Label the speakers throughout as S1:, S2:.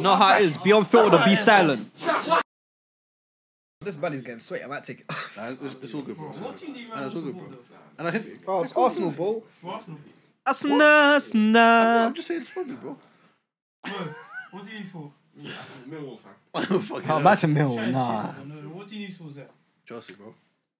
S1: know how it is. Be unfiltered or be silent.
S2: This belly's getting sweaty. I might take it.
S3: Nah, it's, it's all good, bro. It's all
S4: What
S3: good.
S4: team do you
S3: And
S4: rather
S3: it's all good,
S4: support
S3: bro.
S4: though? fam?
S3: And I hit it.
S2: Oh, it's Arsenal, bro.
S4: For Arsenal.
S1: That's nice, nah.
S3: I'm just saying it's funny, bro.
S4: Bro, what do you need for? Millwall fan.
S3: Fucking
S5: Oh,
S3: hell.
S5: that's a mill.
S4: Oh,
S5: Nah.
S4: What do you need for is that?
S3: Chelsea, bro.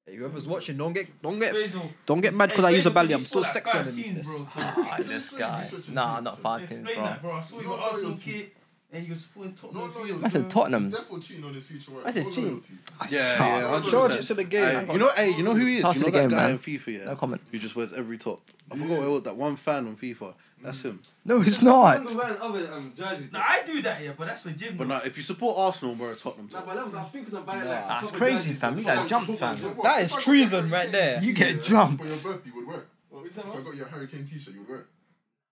S2: Hey, whoever's watching, don't get, don't get,
S4: Basil.
S2: don't get mad because I use a belly. I'm still sexy underneath
S4: teams,
S2: this.
S4: Bro, so.
S5: Ah, This guy. Nah, not five teams,
S4: Explain
S5: bro.
S4: that, bro. I saw you
S6: No,
S4: got
S6: no,
S4: Arsenal
S6: you're-
S4: kit and you were supporting Tottenham.
S6: No, no,
S4: for
S6: you're-
S4: years
S5: That's in
S4: ago.
S5: Tottenham.
S6: He's definitely cheating on his future wife.
S5: That's a
S6: Full
S5: cheat.
S6: loyalty.
S3: Yeah, yeah. 100%.
S2: Charge it to the game.
S3: Aye, you know, hey, you know who he is?
S5: Toss
S3: you know
S5: the
S3: that
S5: game,
S3: guy
S5: man.
S3: in FIFA, yeah?
S5: No comment.
S3: Who just wears every top. I forgot what, that one fan on FIFA. That's him.
S5: No, it's not.
S7: wearing other um, jerseys.
S4: Nah, I do that, yeah, but that's for gym.
S3: But
S4: though.
S3: now, if you support Arsenal, we're a Tottenham
S7: Like,
S3: top.
S7: my levels, I was thinking of buying like. a
S5: That's
S7: couple
S5: crazy,
S7: jerseys
S5: fam.
S7: from
S5: You got
S7: someone.
S5: jumped, fam.
S6: What?
S2: That
S6: If
S2: is
S6: I got
S2: treason
S6: Harry
S2: right
S6: Kane
S2: there.
S5: You get
S6: For your
S5: jumped.
S6: birthday, you would wear. it.
S7: What was that,
S6: If I
S7: man?
S6: got your Harry Kane t-shirt, you would wear. it.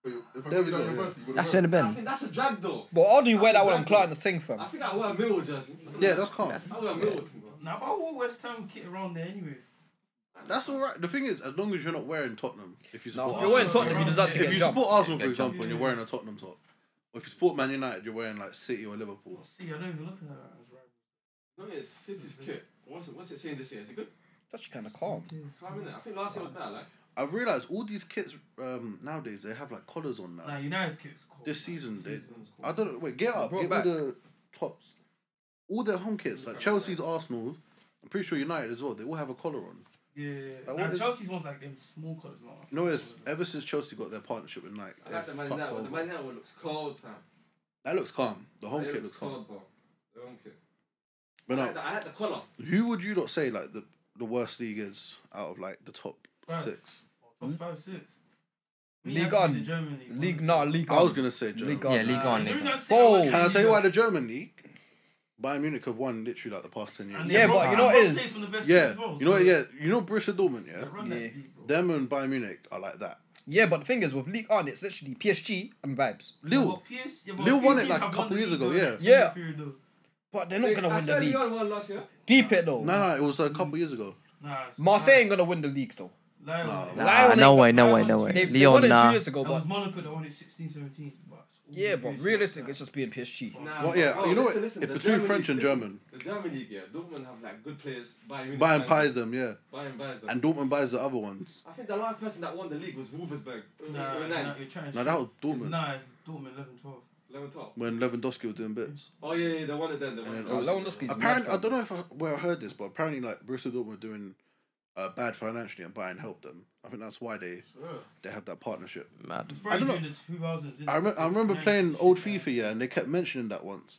S6: For your- If I
S3: There we
S6: got you
S3: go,
S6: on your
S3: yeah.
S6: birthday, you
S5: That
S6: would wear.
S5: should
S6: it.
S5: have
S7: I
S5: been.
S7: think that's a drag though.
S2: But how do you wear that when I'm clotting the thing, fam?
S7: I think I wear a Millwall jersey.
S3: Yeah, that's calm.
S7: I wear a Millwall team, bro.
S4: Nah, but I wore West Ham kit around there, anyways.
S3: That's all right. The thing is, as long as you're not wearing Tottenham, if you
S2: No,
S3: support
S2: if you're wearing
S3: Arsenal,
S2: Tottenham, you deserve to
S3: if
S2: get
S3: you
S2: jumped.
S3: support Arsenal, for
S5: Yeah,
S3: example, and
S4: yeah.
S3: you're wearing a Tottenham top, or if you support Man United, you're wearing like City or Liverpool.
S4: Oh, See, I don't even look at that. as right.
S7: No, it's City's kit. What's it, what's it saying this year? Is it good?
S2: That's actually kind of calm.
S7: So I'm in it. I think last year was better. Like,
S3: I've realized all these kits um, nowadays they have like collars on now.
S4: Nah, United kit's cool.
S3: This
S4: man.
S3: season, they,
S7: was cool.
S3: I don't know. Wait, get up,
S2: brought
S3: get
S2: back-
S3: all the tops, all their home kits like Chelsea's, Arsenal's. I'm pretty sure United as well. They all have a collar on.
S4: Yeah, yeah, yeah.
S3: Like, what
S4: nah,
S3: is-
S4: Chelsea's ones like them small colours, not.
S5: Hmm?
S3: You know, it's ever since Chelsea got their partnership with Nike,
S7: I
S3: they've
S7: like the Man
S3: fucked
S7: United one. The Man
S3: over.
S7: United one looks cold, fam.
S3: That looks calm. The home
S7: It
S3: kit looks calm.
S7: cold, bro. The home kit.
S3: But
S7: I
S3: no,
S7: like the- I like the colour.
S3: Who would you not say like the the worst league is out of like the top
S4: Right.
S3: six?
S4: Top five, six. We
S2: League
S4: have to
S2: on.
S4: do the German league.
S2: League, nah, league.
S3: I was
S2: on.
S3: gonna say Germany.
S2: League
S5: Yeah,
S2: on.
S5: league on, league on.
S2: Bold.
S3: Can I tell you why the German league? Bayern Munich have won literally like the past ten years.
S2: Yeah, but you know what is?
S3: Yeah, you know, yeah, you know Borussia Dortmund, yeah.
S2: Yeah.
S3: Them and Bayern Munich are like that.
S2: Yeah, but the thing is, with league on, it's literally PSG and vibes.
S3: Lille, Lille won it like a couple years ago. Yeah,
S2: Yeah. But they're not gonna
S7: I
S2: win the
S7: swear
S2: league.
S7: Lyon won last year.
S2: Deep it though.
S3: no, no, it was a couple years ago.
S4: Nah, it's-
S2: Marseille ain't gonna win the league though.
S4: Lyon-
S2: Nah,
S4: Lyon-
S5: Nah, no way, no way, no
S2: They,
S5: way.
S2: they won
S5: Leon,
S2: it two
S5: nah.
S2: years ago,
S4: That
S2: but
S4: was Monaco that won it 16 17. But it's all
S2: yeah, but
S4: bullshit.
S2: realistic, it's just being PSG.
S7: Nah,
S3: Well,
S7: bro.
S3: yeah,
S7: Oh,
S3: you know
S7: listen,
S3: what?
S7: listen,
S3: It's
S7: the
S3: between
S7: German
S3: French
S7: league-
S3: and
S7: listen,
S3: German.
S7: The German league, yeah. Dortmund have like good players. Bayern Munich.
S3: Bayern
S7: buys
S3: buys them, yeah,
S7: Bayern buys them.
S3: and Dortmund buys the other ones.
S7: I think the last person that won the league was Wolfsburg.
S4: Nah,
S7: Nah,
S4: nah, you're trying to
S3: Now that
S4: shit.
S3: was
S4: It's-
S3: Dortmund
S4: Nah, it's Dortmund 11 12.
S7: Level top.
S3: when Lewandowski was doing bits.
S7: Oh yeah, yeah, they won it then. They won
S3: And
S7: it.
S3: then
S2: Oh, Lewandowski's
S3: Apparently, I
S2: mad, fam.
S3: don't know if I, where I heard this, but apparently, like Borussia Dortmund were doing uh, bad financially, and Bayern helped them. I think that's why they they have that partnership.
S5: Mad.
S4: It's probably
S3: don't know.
S4: during the 2000s. innit?
S3: I, rem- I remember
S4: Yeah.
S3: playing old FIFA, yeah, and they kept mentioning that once.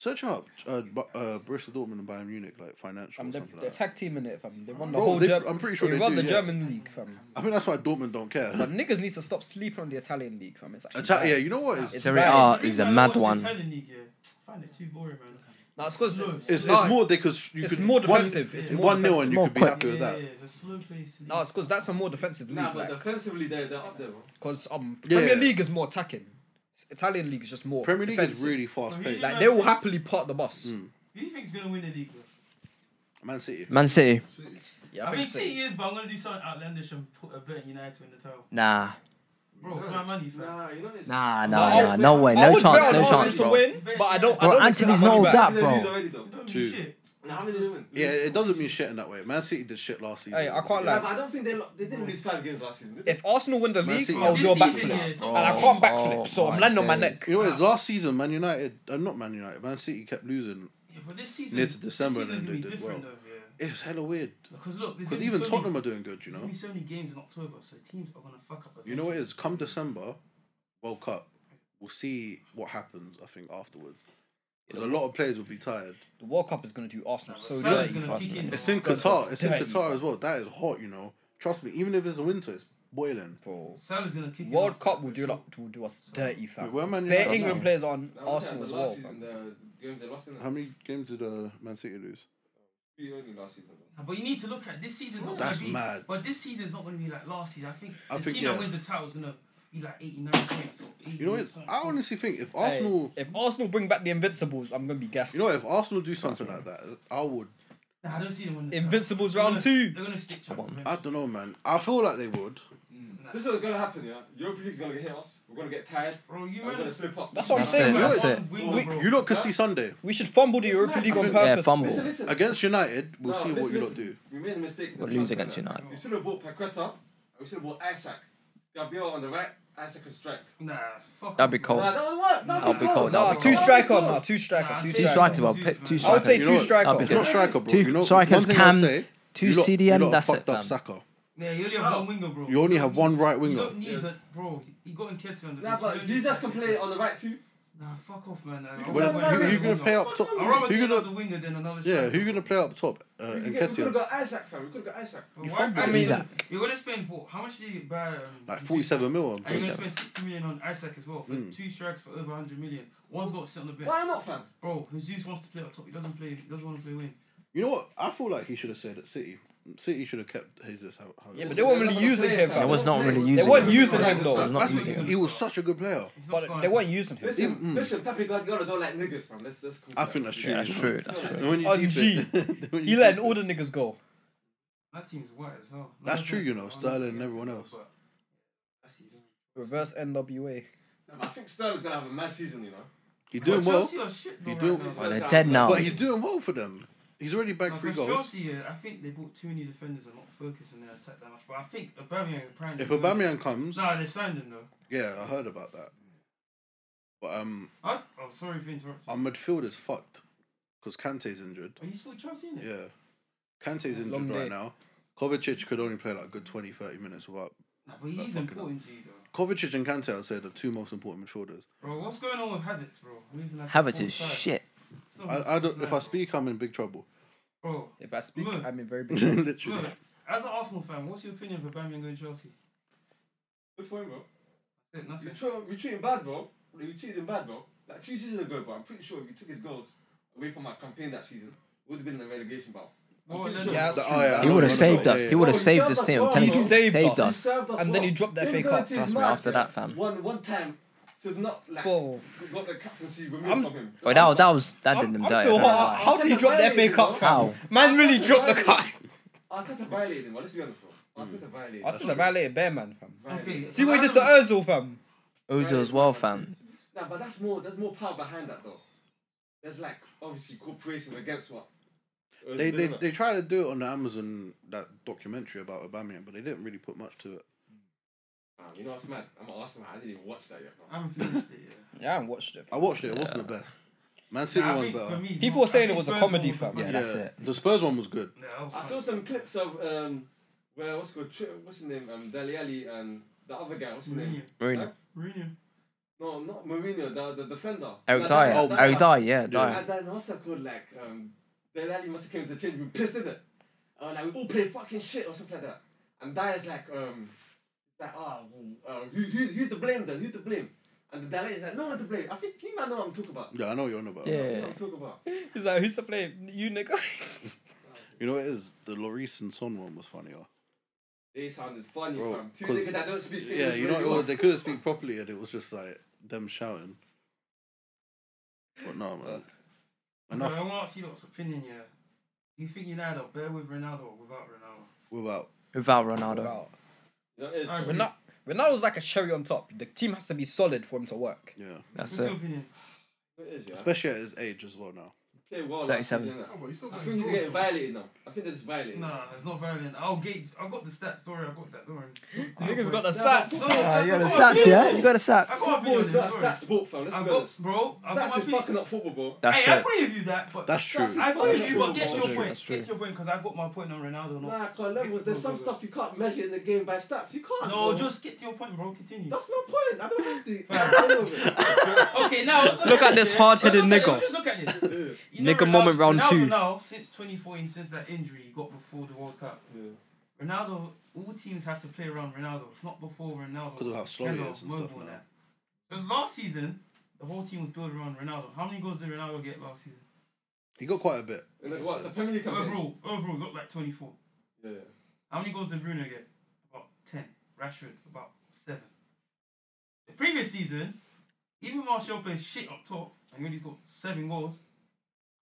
S3: Search up uh, Bu- uh, Borussia Dortmund and Bayern Munich like financial.
S2: Um,
S3: or
S2: they're,
S3: something
S2: they're
S3: like that.
S2: tag team in it, fam. They won the
S3: Bro,
S2: whole.
S3: they-
S2: Germ-
S3: I'm pretty sure they
S2: won the
S3: do, yeah.
S2: German league, fam.
S3: I think that's why Dortmund don't care.
S2: But niggas need to stop sleeping on the Italian league, fam. It's actually
S3: Atta-
S2: bad.
S3: yeah, you know what? It's,
S2: It's
S3: it's,
S5: Serie
S2: bad.
S5: A
S4: The
S5: is
S4: reason
S5: a
S4: I
S5: mad
S4: watch the
S5: one.
S4: Italian league, yeah, I find it too boring, man.
S2: Nah, it's 'cause it's-
S4: It's-
S3: it's
S2: nah,
S3: more because you
S2: it's
S3: could
S2: more
S3: one-
S2: defensive. It's more
S3: one nil, and
S2: defensive.
S3: you
S5: More
S3: could be
S5: quick.
S3: happy with
S4: yeah,
S3: that.
S4: Yeah, it's a slow pace.
S2: No, it's because that's a more defensive
S7: Nah,
S2: league.
S7: but
S2: Like,
S7: defensively they're, they're up there, bro.
S2: because um,
S3: Yeah,
S2: Premier
S3: yeah.
S2: League is more attacking. Italian league is just more.
S3: Premier League is
S2: defensive.
S3: really Mm. fast paced.
S2: Like they will happily part the bus.
S4: Who do you think's gonna win the league? Though?
S3: Man City.
S5: Man City.
S6: City.
S2: Yeah,
S4: I,
S2: I,
S4: mean,
S2: think so.
S4: City is, but I'm gonna do something outlandish and put a bet on United in the title.
S5: Nah.
S4: Bro, it's my money, fam.
S7: Nah, you know it's.
S5: Nah,
S2: No,
S5: nah,
S2: I
S5: nah.
S2: would-
S5: No way.
S2: I
S5: No
S2: would
S5: chance.
S2: bet on
S5: No
S2: Arsenal
S5: chance,
S2: to
S5: bro.
S2: win, but I don't.
S5: Bro,
S2: I don't
S5: Anthony's
S2: not
S5: not that,
S7: They lose
S5: bro.
S7: already though.
S4: Don't
S3: Two.
S4: do shit.
S7: Nah, how many they win?
S3: Yeah, it doesn't mean shit in that way. Man City did shit last season.
S2: Hey, I can't
S7: Yeah,
S2: lie.
S7: but I don't think they lo- they didn't lose five games last season. Did they?
S2: If Arsenal win the
S3: Man
S2: league,
S3: City.
S2: I'll do a
S4: This season, yeah,
S2: backflip,
S4: it's
S5: Oh,
S4: not-
S2: and I can't
S5: oh,
S2: backflip, so I'm
S5: my
S2: landing on my
S5: days.
S2: neck.
S3: You know, what, last season, Man United, uh, not Man United, Man City kept losing.
S4: Yeah, but this season,
S3: Near to December and
S4: this season's
S3: then
S4: gonna
S3: they
S4: be
S3: did
S4: different Though, yeah.
S3: It was hella weird.
S4: Because look, there's
S3: Because
S4: gonna be
S3: even
S4: so
S3: Tottenham
S4: many,
S3: are doing good, you
S4: there's
S3: know?
S4: gonna be so many games in October, so teams are gonna fuck up.
S3: You know what it
S4: eventually.
S3: is? Come December, World Cup, we'll see what happens, I think, afterwards. 'Cause a lot of players will be tired.
S2: The World Cup is going to do Arsenal so
S4: Sun's
S2: dirty.
S4: gonna
S5: fast,
S4: kick
S5: man.
S4: in,
S3: It's
S4: bro.
S3: in
S2: Because
S3: Qatar.
S2: it's
S3: It's in
S2: dirty,
S3: Qatar as well. That is hot, you know? Trust me, even if it's the winter, it's boiling.
S2: bro.
S4: Salah's gonna kick in
S2: World
S4: after
S2: Cup
S4: that,
S2: will
S4: for
S2: do
S4: sure.
S2: like, will do us dirty, fam.
S3: Wait, where Man
S2: Bare
S3: United-
S2: England players are on
S7: Nah, I'm
S2: Arsenal
S7: looking
S2: as
S7: at the
S2: well,
S7: last
S2: fam.
S7: season, the games they lost in
S3: How many games did uh, Man City lose?
S7: Three only last season. bro.
S4: But you need to look at this season's not
S3: That's
S4: gonna be.
S3: mad.
S4: But this season's not gonna be like last season. I think
S3: I
S4: the
S3: think,
S4: team
S3: yeah.
S4: that wins the title's gonna be like 89 points. Or 80
S3: You know what? it is? I honestly think if
S2: Hey,
S3: Arsenal.
S2: if Arsenal bring back the Invincibles, I'm going to be gassed.
S3: You know, what, if Arsenal do something like that, I would
S4: Nah, I don't see them winning. the title.
S2: Invincibles
S4: They're
S2: round
S4: gonna-
S2: two.
S4: They're gonna stick to it.
S3: I don't know, man. I feel like they would.
S4: Nah,
S7: This is what's gonna happen, yeah. Europa League's gonna hit us. We're gonna get tired.
S4: Bro, you
S7: We're
S4: man.
S7: gonna slip up.
S2: That's what I'm
S5: That's
S2: saying.
S5: it,
S2: we
S5: that's
S2: were-
S5: it.
S4: We,
S7: We-
S4: bro.
S3: You lot could see Sunday
S2: We should fumble the Europa League on
S5: Yeah,
S2: purpose.
S5: fumble.
S7: Listen, listen.
S3: against United. We'll
S7: No,
S3: see what
S7: listen,
S3: you lot
S7: listen.
S3: do.
S7: We made a mistake. in
S5: We'll
S7: the
S5: lose
S7: transfer
S5: against
S7: window.
S5: United.
S7: We should have bought Paqueta. and We should have bought Isaac. Gabriel on the right, Isaac and strike.
S4: Nah, fuck.
S5: That'd be
S4: off,
S5: cold.
S7: Nah, that would work. That'd
S5: I'll
S7: be
S5: be
S7: cold.
S5: cold,
S2: Nah,
S5: I'll be
S2: two
S5: cold.
S2: striker. Nah, two striker.
S4: Nah,
S2: Two
S4: two
S5: Two strikers,
S2: striker.
S5: well,
S4: Strikers.
S5: two strikers.
S2: I would say
S3: You
S2: two
S3: know-
S5: I'll be
S2: striker.
S3: You're not
S5: Yeah.
S3: striker, bro.
S5: Two
S3: you know, one
S5: strikers
S3: thing I'll
S5: can-
S3: say,
S5: Two
S3: you lot- you
S5: CDM,
S3: lot have
S5: that's it,
S3: fucked up
S5: fam.
S3: Saka.
S4: Yeah, you only have one winger, bro.
S3: You only have one right
S4: You
S3: winger.
S4: don't need that, bro. He got Nketiah on the
S7: Nah,
S4: bench. You
S7: but
S4: don't need
S7: Jesus
S4: that
S7: can
S4: shit.
S7: play on the right too.
S4: Nah, fuck off, man.
S7: You
S4: Nah,
S7: can
S3: When-
S7: play on the right
S3: who
S7: wing.
S3: you gonna play up top?
S4: I'd rather
S3: Who
S4: get
S3: you gonna-
S4: another winger than another
S3: Yeah,
S4: striker.
S3: who you gonna play up top? Uh,
S7: We could get- we could have
S3: Nketiah.
S7: got Isaac, fam. We could have got Isaac.
S4: But
S3: fucked
S4: why- I
S3: me.
S4: mean,
S5: Isaac.
S4: you're gonna spend for how much did you buy? Um,
S3: Like
S4: Zizic?
S3: 47 mil. I'm
S4: And you're
S3: pretty
S4: gonna
S3: sure.
S4: spend 60 million on Isaac as well for
S3: Mm.
S4: two strikes for over 100 million. One's got to sit on the bench.
S7: Why not, fam?
S4: Bro, Jesus wants to play up top. He doesn't play. He doesn't want to play wing.
S3: You know what? I feel like he should have said at City. City should have kept Jesus. How, how
S2: Yeah,
S3: it
S2: but
S3: was.
S2: they weren't really using him.
S5: They
S2: fam.
S5: was not really using
S2: They weren't
S5: him.
S2: using him though.
S5: They was not
S3: That's what-
S5: using him.
S3: he was such a good player.
S4: He's not
S2: But they
S4: starting.
S2: weren't using him.
S7: Listen,
S3: Mm.
S7: listen, Pepe Guardiola don't like niggas, fam. Let's let's.
S3: I think that's true.
S5: Yeah, that's
S3: you know.
S5: true. That's true.
S3: And when you
S2: On
S3: deep
S2: G.
S3: it- when
S2: He
S3: you
S2: letting
S3: deep
S2: all
S3: it-
S2: the niggas go.
S4: That team's white as hell. No
S3: That's true,
S4: offense.
S3: you know,
S4: I'm not
S3: Sterling and
S4: against
S3: everyone
S4: it,
S3: else.
S4: but-
S2: Reverse NWA.
S7: I think Sterling's gonna have a mad season, you know.
S3: He's doing well,
S4: Chelsea are shit, though,
S3: He
S4: right
S2: Oh,
S3: doing-
S4: now.
S5: Well, they're dead now.
S3: but he's doing well for them. He's already bagged
S4: Like,
S3: three
S4: with
S3: goals.
S4: Chelsea, yeah, uh, I think they bought too many defenders and not focusing their attack that much. But I think Aubameyang apparently.
S3: If Aubameyang comes,
S4: Nah, they signed him though.
S3: yeah, I heard about that. But um,
S4: I, oh, sorry for interrupting.
S3: our midfield is fucked because Kante's injured.
S4: Are you still Chelsea in it?
S3: Yeah, Kante's injured
S2: Long day.
S3: right now. Kovacic could only play like a good 20, 30 minutes without.
S4: Nah, but he's
S3: fucking
S4: important to you though.
S3: Kovacic and Kante, I'd say, are the two most important midfielders.
S4: Bro, what's going on with Havertz, bro? Losing like
S5: Havertz
S4: four
S5: is
S4: sides.
S5: shit.
S4: It's not
S3: I, I don't,
S4: four
S3: if I
S4: sides,
S3: speak, I'm in big trouble.
S4: Bro,
S2: If I speak,
S4: Look.
S2: I'm in very big. trouble.
S3: Literally.
S4: look, as an Arsenal fan, what's your opinion of Aubameyang going to Chelsea?
S7: Good for him, bro.
S4: I said
S7: You
S4: nothing.
S7: treat, we treat him bad, bro. We treated him bad, bro. Like two seasons ago, bro. I'm pretty sure if you took his goals away from our campaign that season, we would have been in the relegation battle. I'm
S4: Well,
S7: pretty
S4: then-
S7: sure.
S2: Yeah, that's
S3: Oh, yeah, I
S5: He
S3: know
S5: would have
S3: what you're
S5: saved
S3: talking
S5: us.
S3: about.
S5: He would have
S7: Bro,
S5: saved
S7: he saved
S5: this
S7: us
S5: team.
S7: well.
S5: I'm telling
S2: He
S5: you,
S2: saved
S5: saved
S2: us.
S5: us.
S7: served us
S2: And then
S7: well.
S2: he dropped the
S7: Him
S2: FA
S7: going
S2: Cup.
S7: to his
S5: Trust me,
S7: match,
S5: after
S7: yeah,
S5: that, fam.
S7: One one time, so not like
S2: Bro.
S7: got the captaincy removed
S2: I'm-
S7: from him.
S5: Oh, that, was- that was that did
S2: I'm,
S5: them
S2: I'm
S5: dirty.
S2: still
S5: I don't
S2: hot.
S5: lie.
S2: How did he drop the FA Cup,
S5: How?
S2: fam? Man really dropped the cup.
S7: Arteta violated him. bro. Let's be honest, bro. Arteta violated.
S2: I took the violated bear man, fam.
S7: Violated.
S4: Okay.
S2: See what he did to Özil, fam.
S5: Ozil as well, fam.
S7: Nah, but that's more. There's more power behind that, though. There's like obviously corporations against what.
S3: They, they they tried to do it on the Amazon that documentary about Aubameyang, but they didn't really put much to it.
S7: Nah, you know what's mad? I'm an Arsenal. fan. I didn't even watch that yet. Bro.
S4: I haven't finished it yet.
S2: Yeah, I haven't watched it.
S3: I watched it; it wasn't the best. Man City
S4: Nah, I
S3: one
S4: think for
S3: better.
S4: me, it's
S2: People
S4: not-
S2: were
S4: I
S2: saying
S4: think
S2: it was a
S4: Spurs
S2: comedy,
S4: won the
S2: fam.
S4: fucking-
S5: Yeah,
S3: yeah,
S5: that's it.
S3: the Spurs one was good.
S4: Yeah, that was
S7: I saw
S4: fun.
S7: some clips of um, where what's called Tri- what's his name um Dele Alli and the other guy. What's his name?
S4: Mourinho.
S5: Mourinho.
S4: Mourinho.
S7: No, not Mourinho. The the defender.
S5: Eric
S7: Like,
S5: Oh, Dyer.
S7: that- that-
S2: Oh,
S5: Eric Dyer, yeah, Dyer.
S7: And then what's that called? Like um, Dele Alli must have came to the change room pissed in it. And like we all play fucking shit or something like that. And Dyer's like um, like ah, oh, uh, who, who, who's to blame then? Who's to blame? And the Dele Alli's like no one to blame. I think you might know what I'm talking about.
S3: Yeah, I know what you're on about.
S7: You
S5: Yeah.
S7: know what I'm talking about.
S2: He's like, who's to blame? You nigga.
S3: You know what it is? The Lloris and Son one was funnier.
S7: They sounded funny,
S3: Bro,
S7: fam. Two
S3: 'cause-
S7: niggas that don't speak English.
S3: Yeah, you know
S7: really
S3: it was,
S7: well.
S3: they couldn't speak properly, and it was just like them shouting. But no, man.
S4: Enough. I
S3: Enough
S4: want to ask you lot's opinion, yeah. You think United are better with Ronaldo or without Ronaldo?
S3: without.
S5: Without Ronaldo.
S2: Wow.
S7: You know, it is,
S4: Alright,
S7: fam.
S2: Ronaldo. Ronaldo's like a cherry on top. The team has to be solid for him to work.
S3: Yeah,
S5: That's
S4: What's your
S5: it.
S4: opinion?
S7: It is, yeah.
S3: especially at his age as well now.
S7: Play well, like,
S5: 37.
S7: you know.
S6: No, but he's still
S7: I
S6: got his
S7: think he's
S6: goals,
S7: getting
S6: though.
S7: violated now. I think there's violated.
S4: Nah, it's not violent. I'll get. I got the stats. Story. I got that. Don't worry.
S2: Niggas got the
S7: No, but-
S2: stats.
S7: No,
S5: Ah, you got the
S7: that's-
S5: stats, yeah. You got the
S4: I got
S5: stats.
S7: Football is
S4: opinions.
S7: not a
S4: Don't worry.
S7: stats sport, fam. Let's
S4: I
S7: be honest.
S4: got, bro. I got my
S7: Stats is
S4: opinion.
S7: fucking up football, bro.
S5: That's
S4: Hey, I
S5: it.
S4: agree with you that, but
S3: That's true.
S7: That's-
S4: I agree
S3: That's
S4: with you.
S3: true.
S4: But get
S3: That's
S4: to your
S3: true.
S4: point.
S3: That's true.
S4: Get to your point because I got my point on Ronaldo. No,
S7: Nah, cause levels. There's some stuff you can't measure in the game by stats. You can't.
S4: no,
S7: bro.
S4: just get to your point, bro. Continue.
S7: That's my point. I don't have to. I don't know,
S4: okay, now let's
S1: Look at this
S4: yeah.
S1: hard-headed
S4: Look at-
S1: nigga.
S4: let's Just look at this.
S7: man. Yeah.
S4: You know
S1: Nigga moment round
S4: Ronaldo
S1: two.
S4: Now, since 2014, since that injury he got before the World Cup,
S7: Yeah.
S4: Ronaldo, all teams have to play around Ronaldo. It's not before Ronaldo.
S3: Because of how slow he
S4: Ronaldo,
S3: is and stuff
S4: mobile
S3: now.
S4: now. But last season, the whole team was built around Ronaldo. How many goals did Ronaldo get last season?
S3: He got quite a bit.
S7: And like, what the Premier League campaign?
S4: Overall, overall, he got like 24.
S7: Yeah.
S4: How many goals did Bruno get? About 10. Rashford, about 7. The previous season, even Martial plays shit up top, and he only got 7 goals.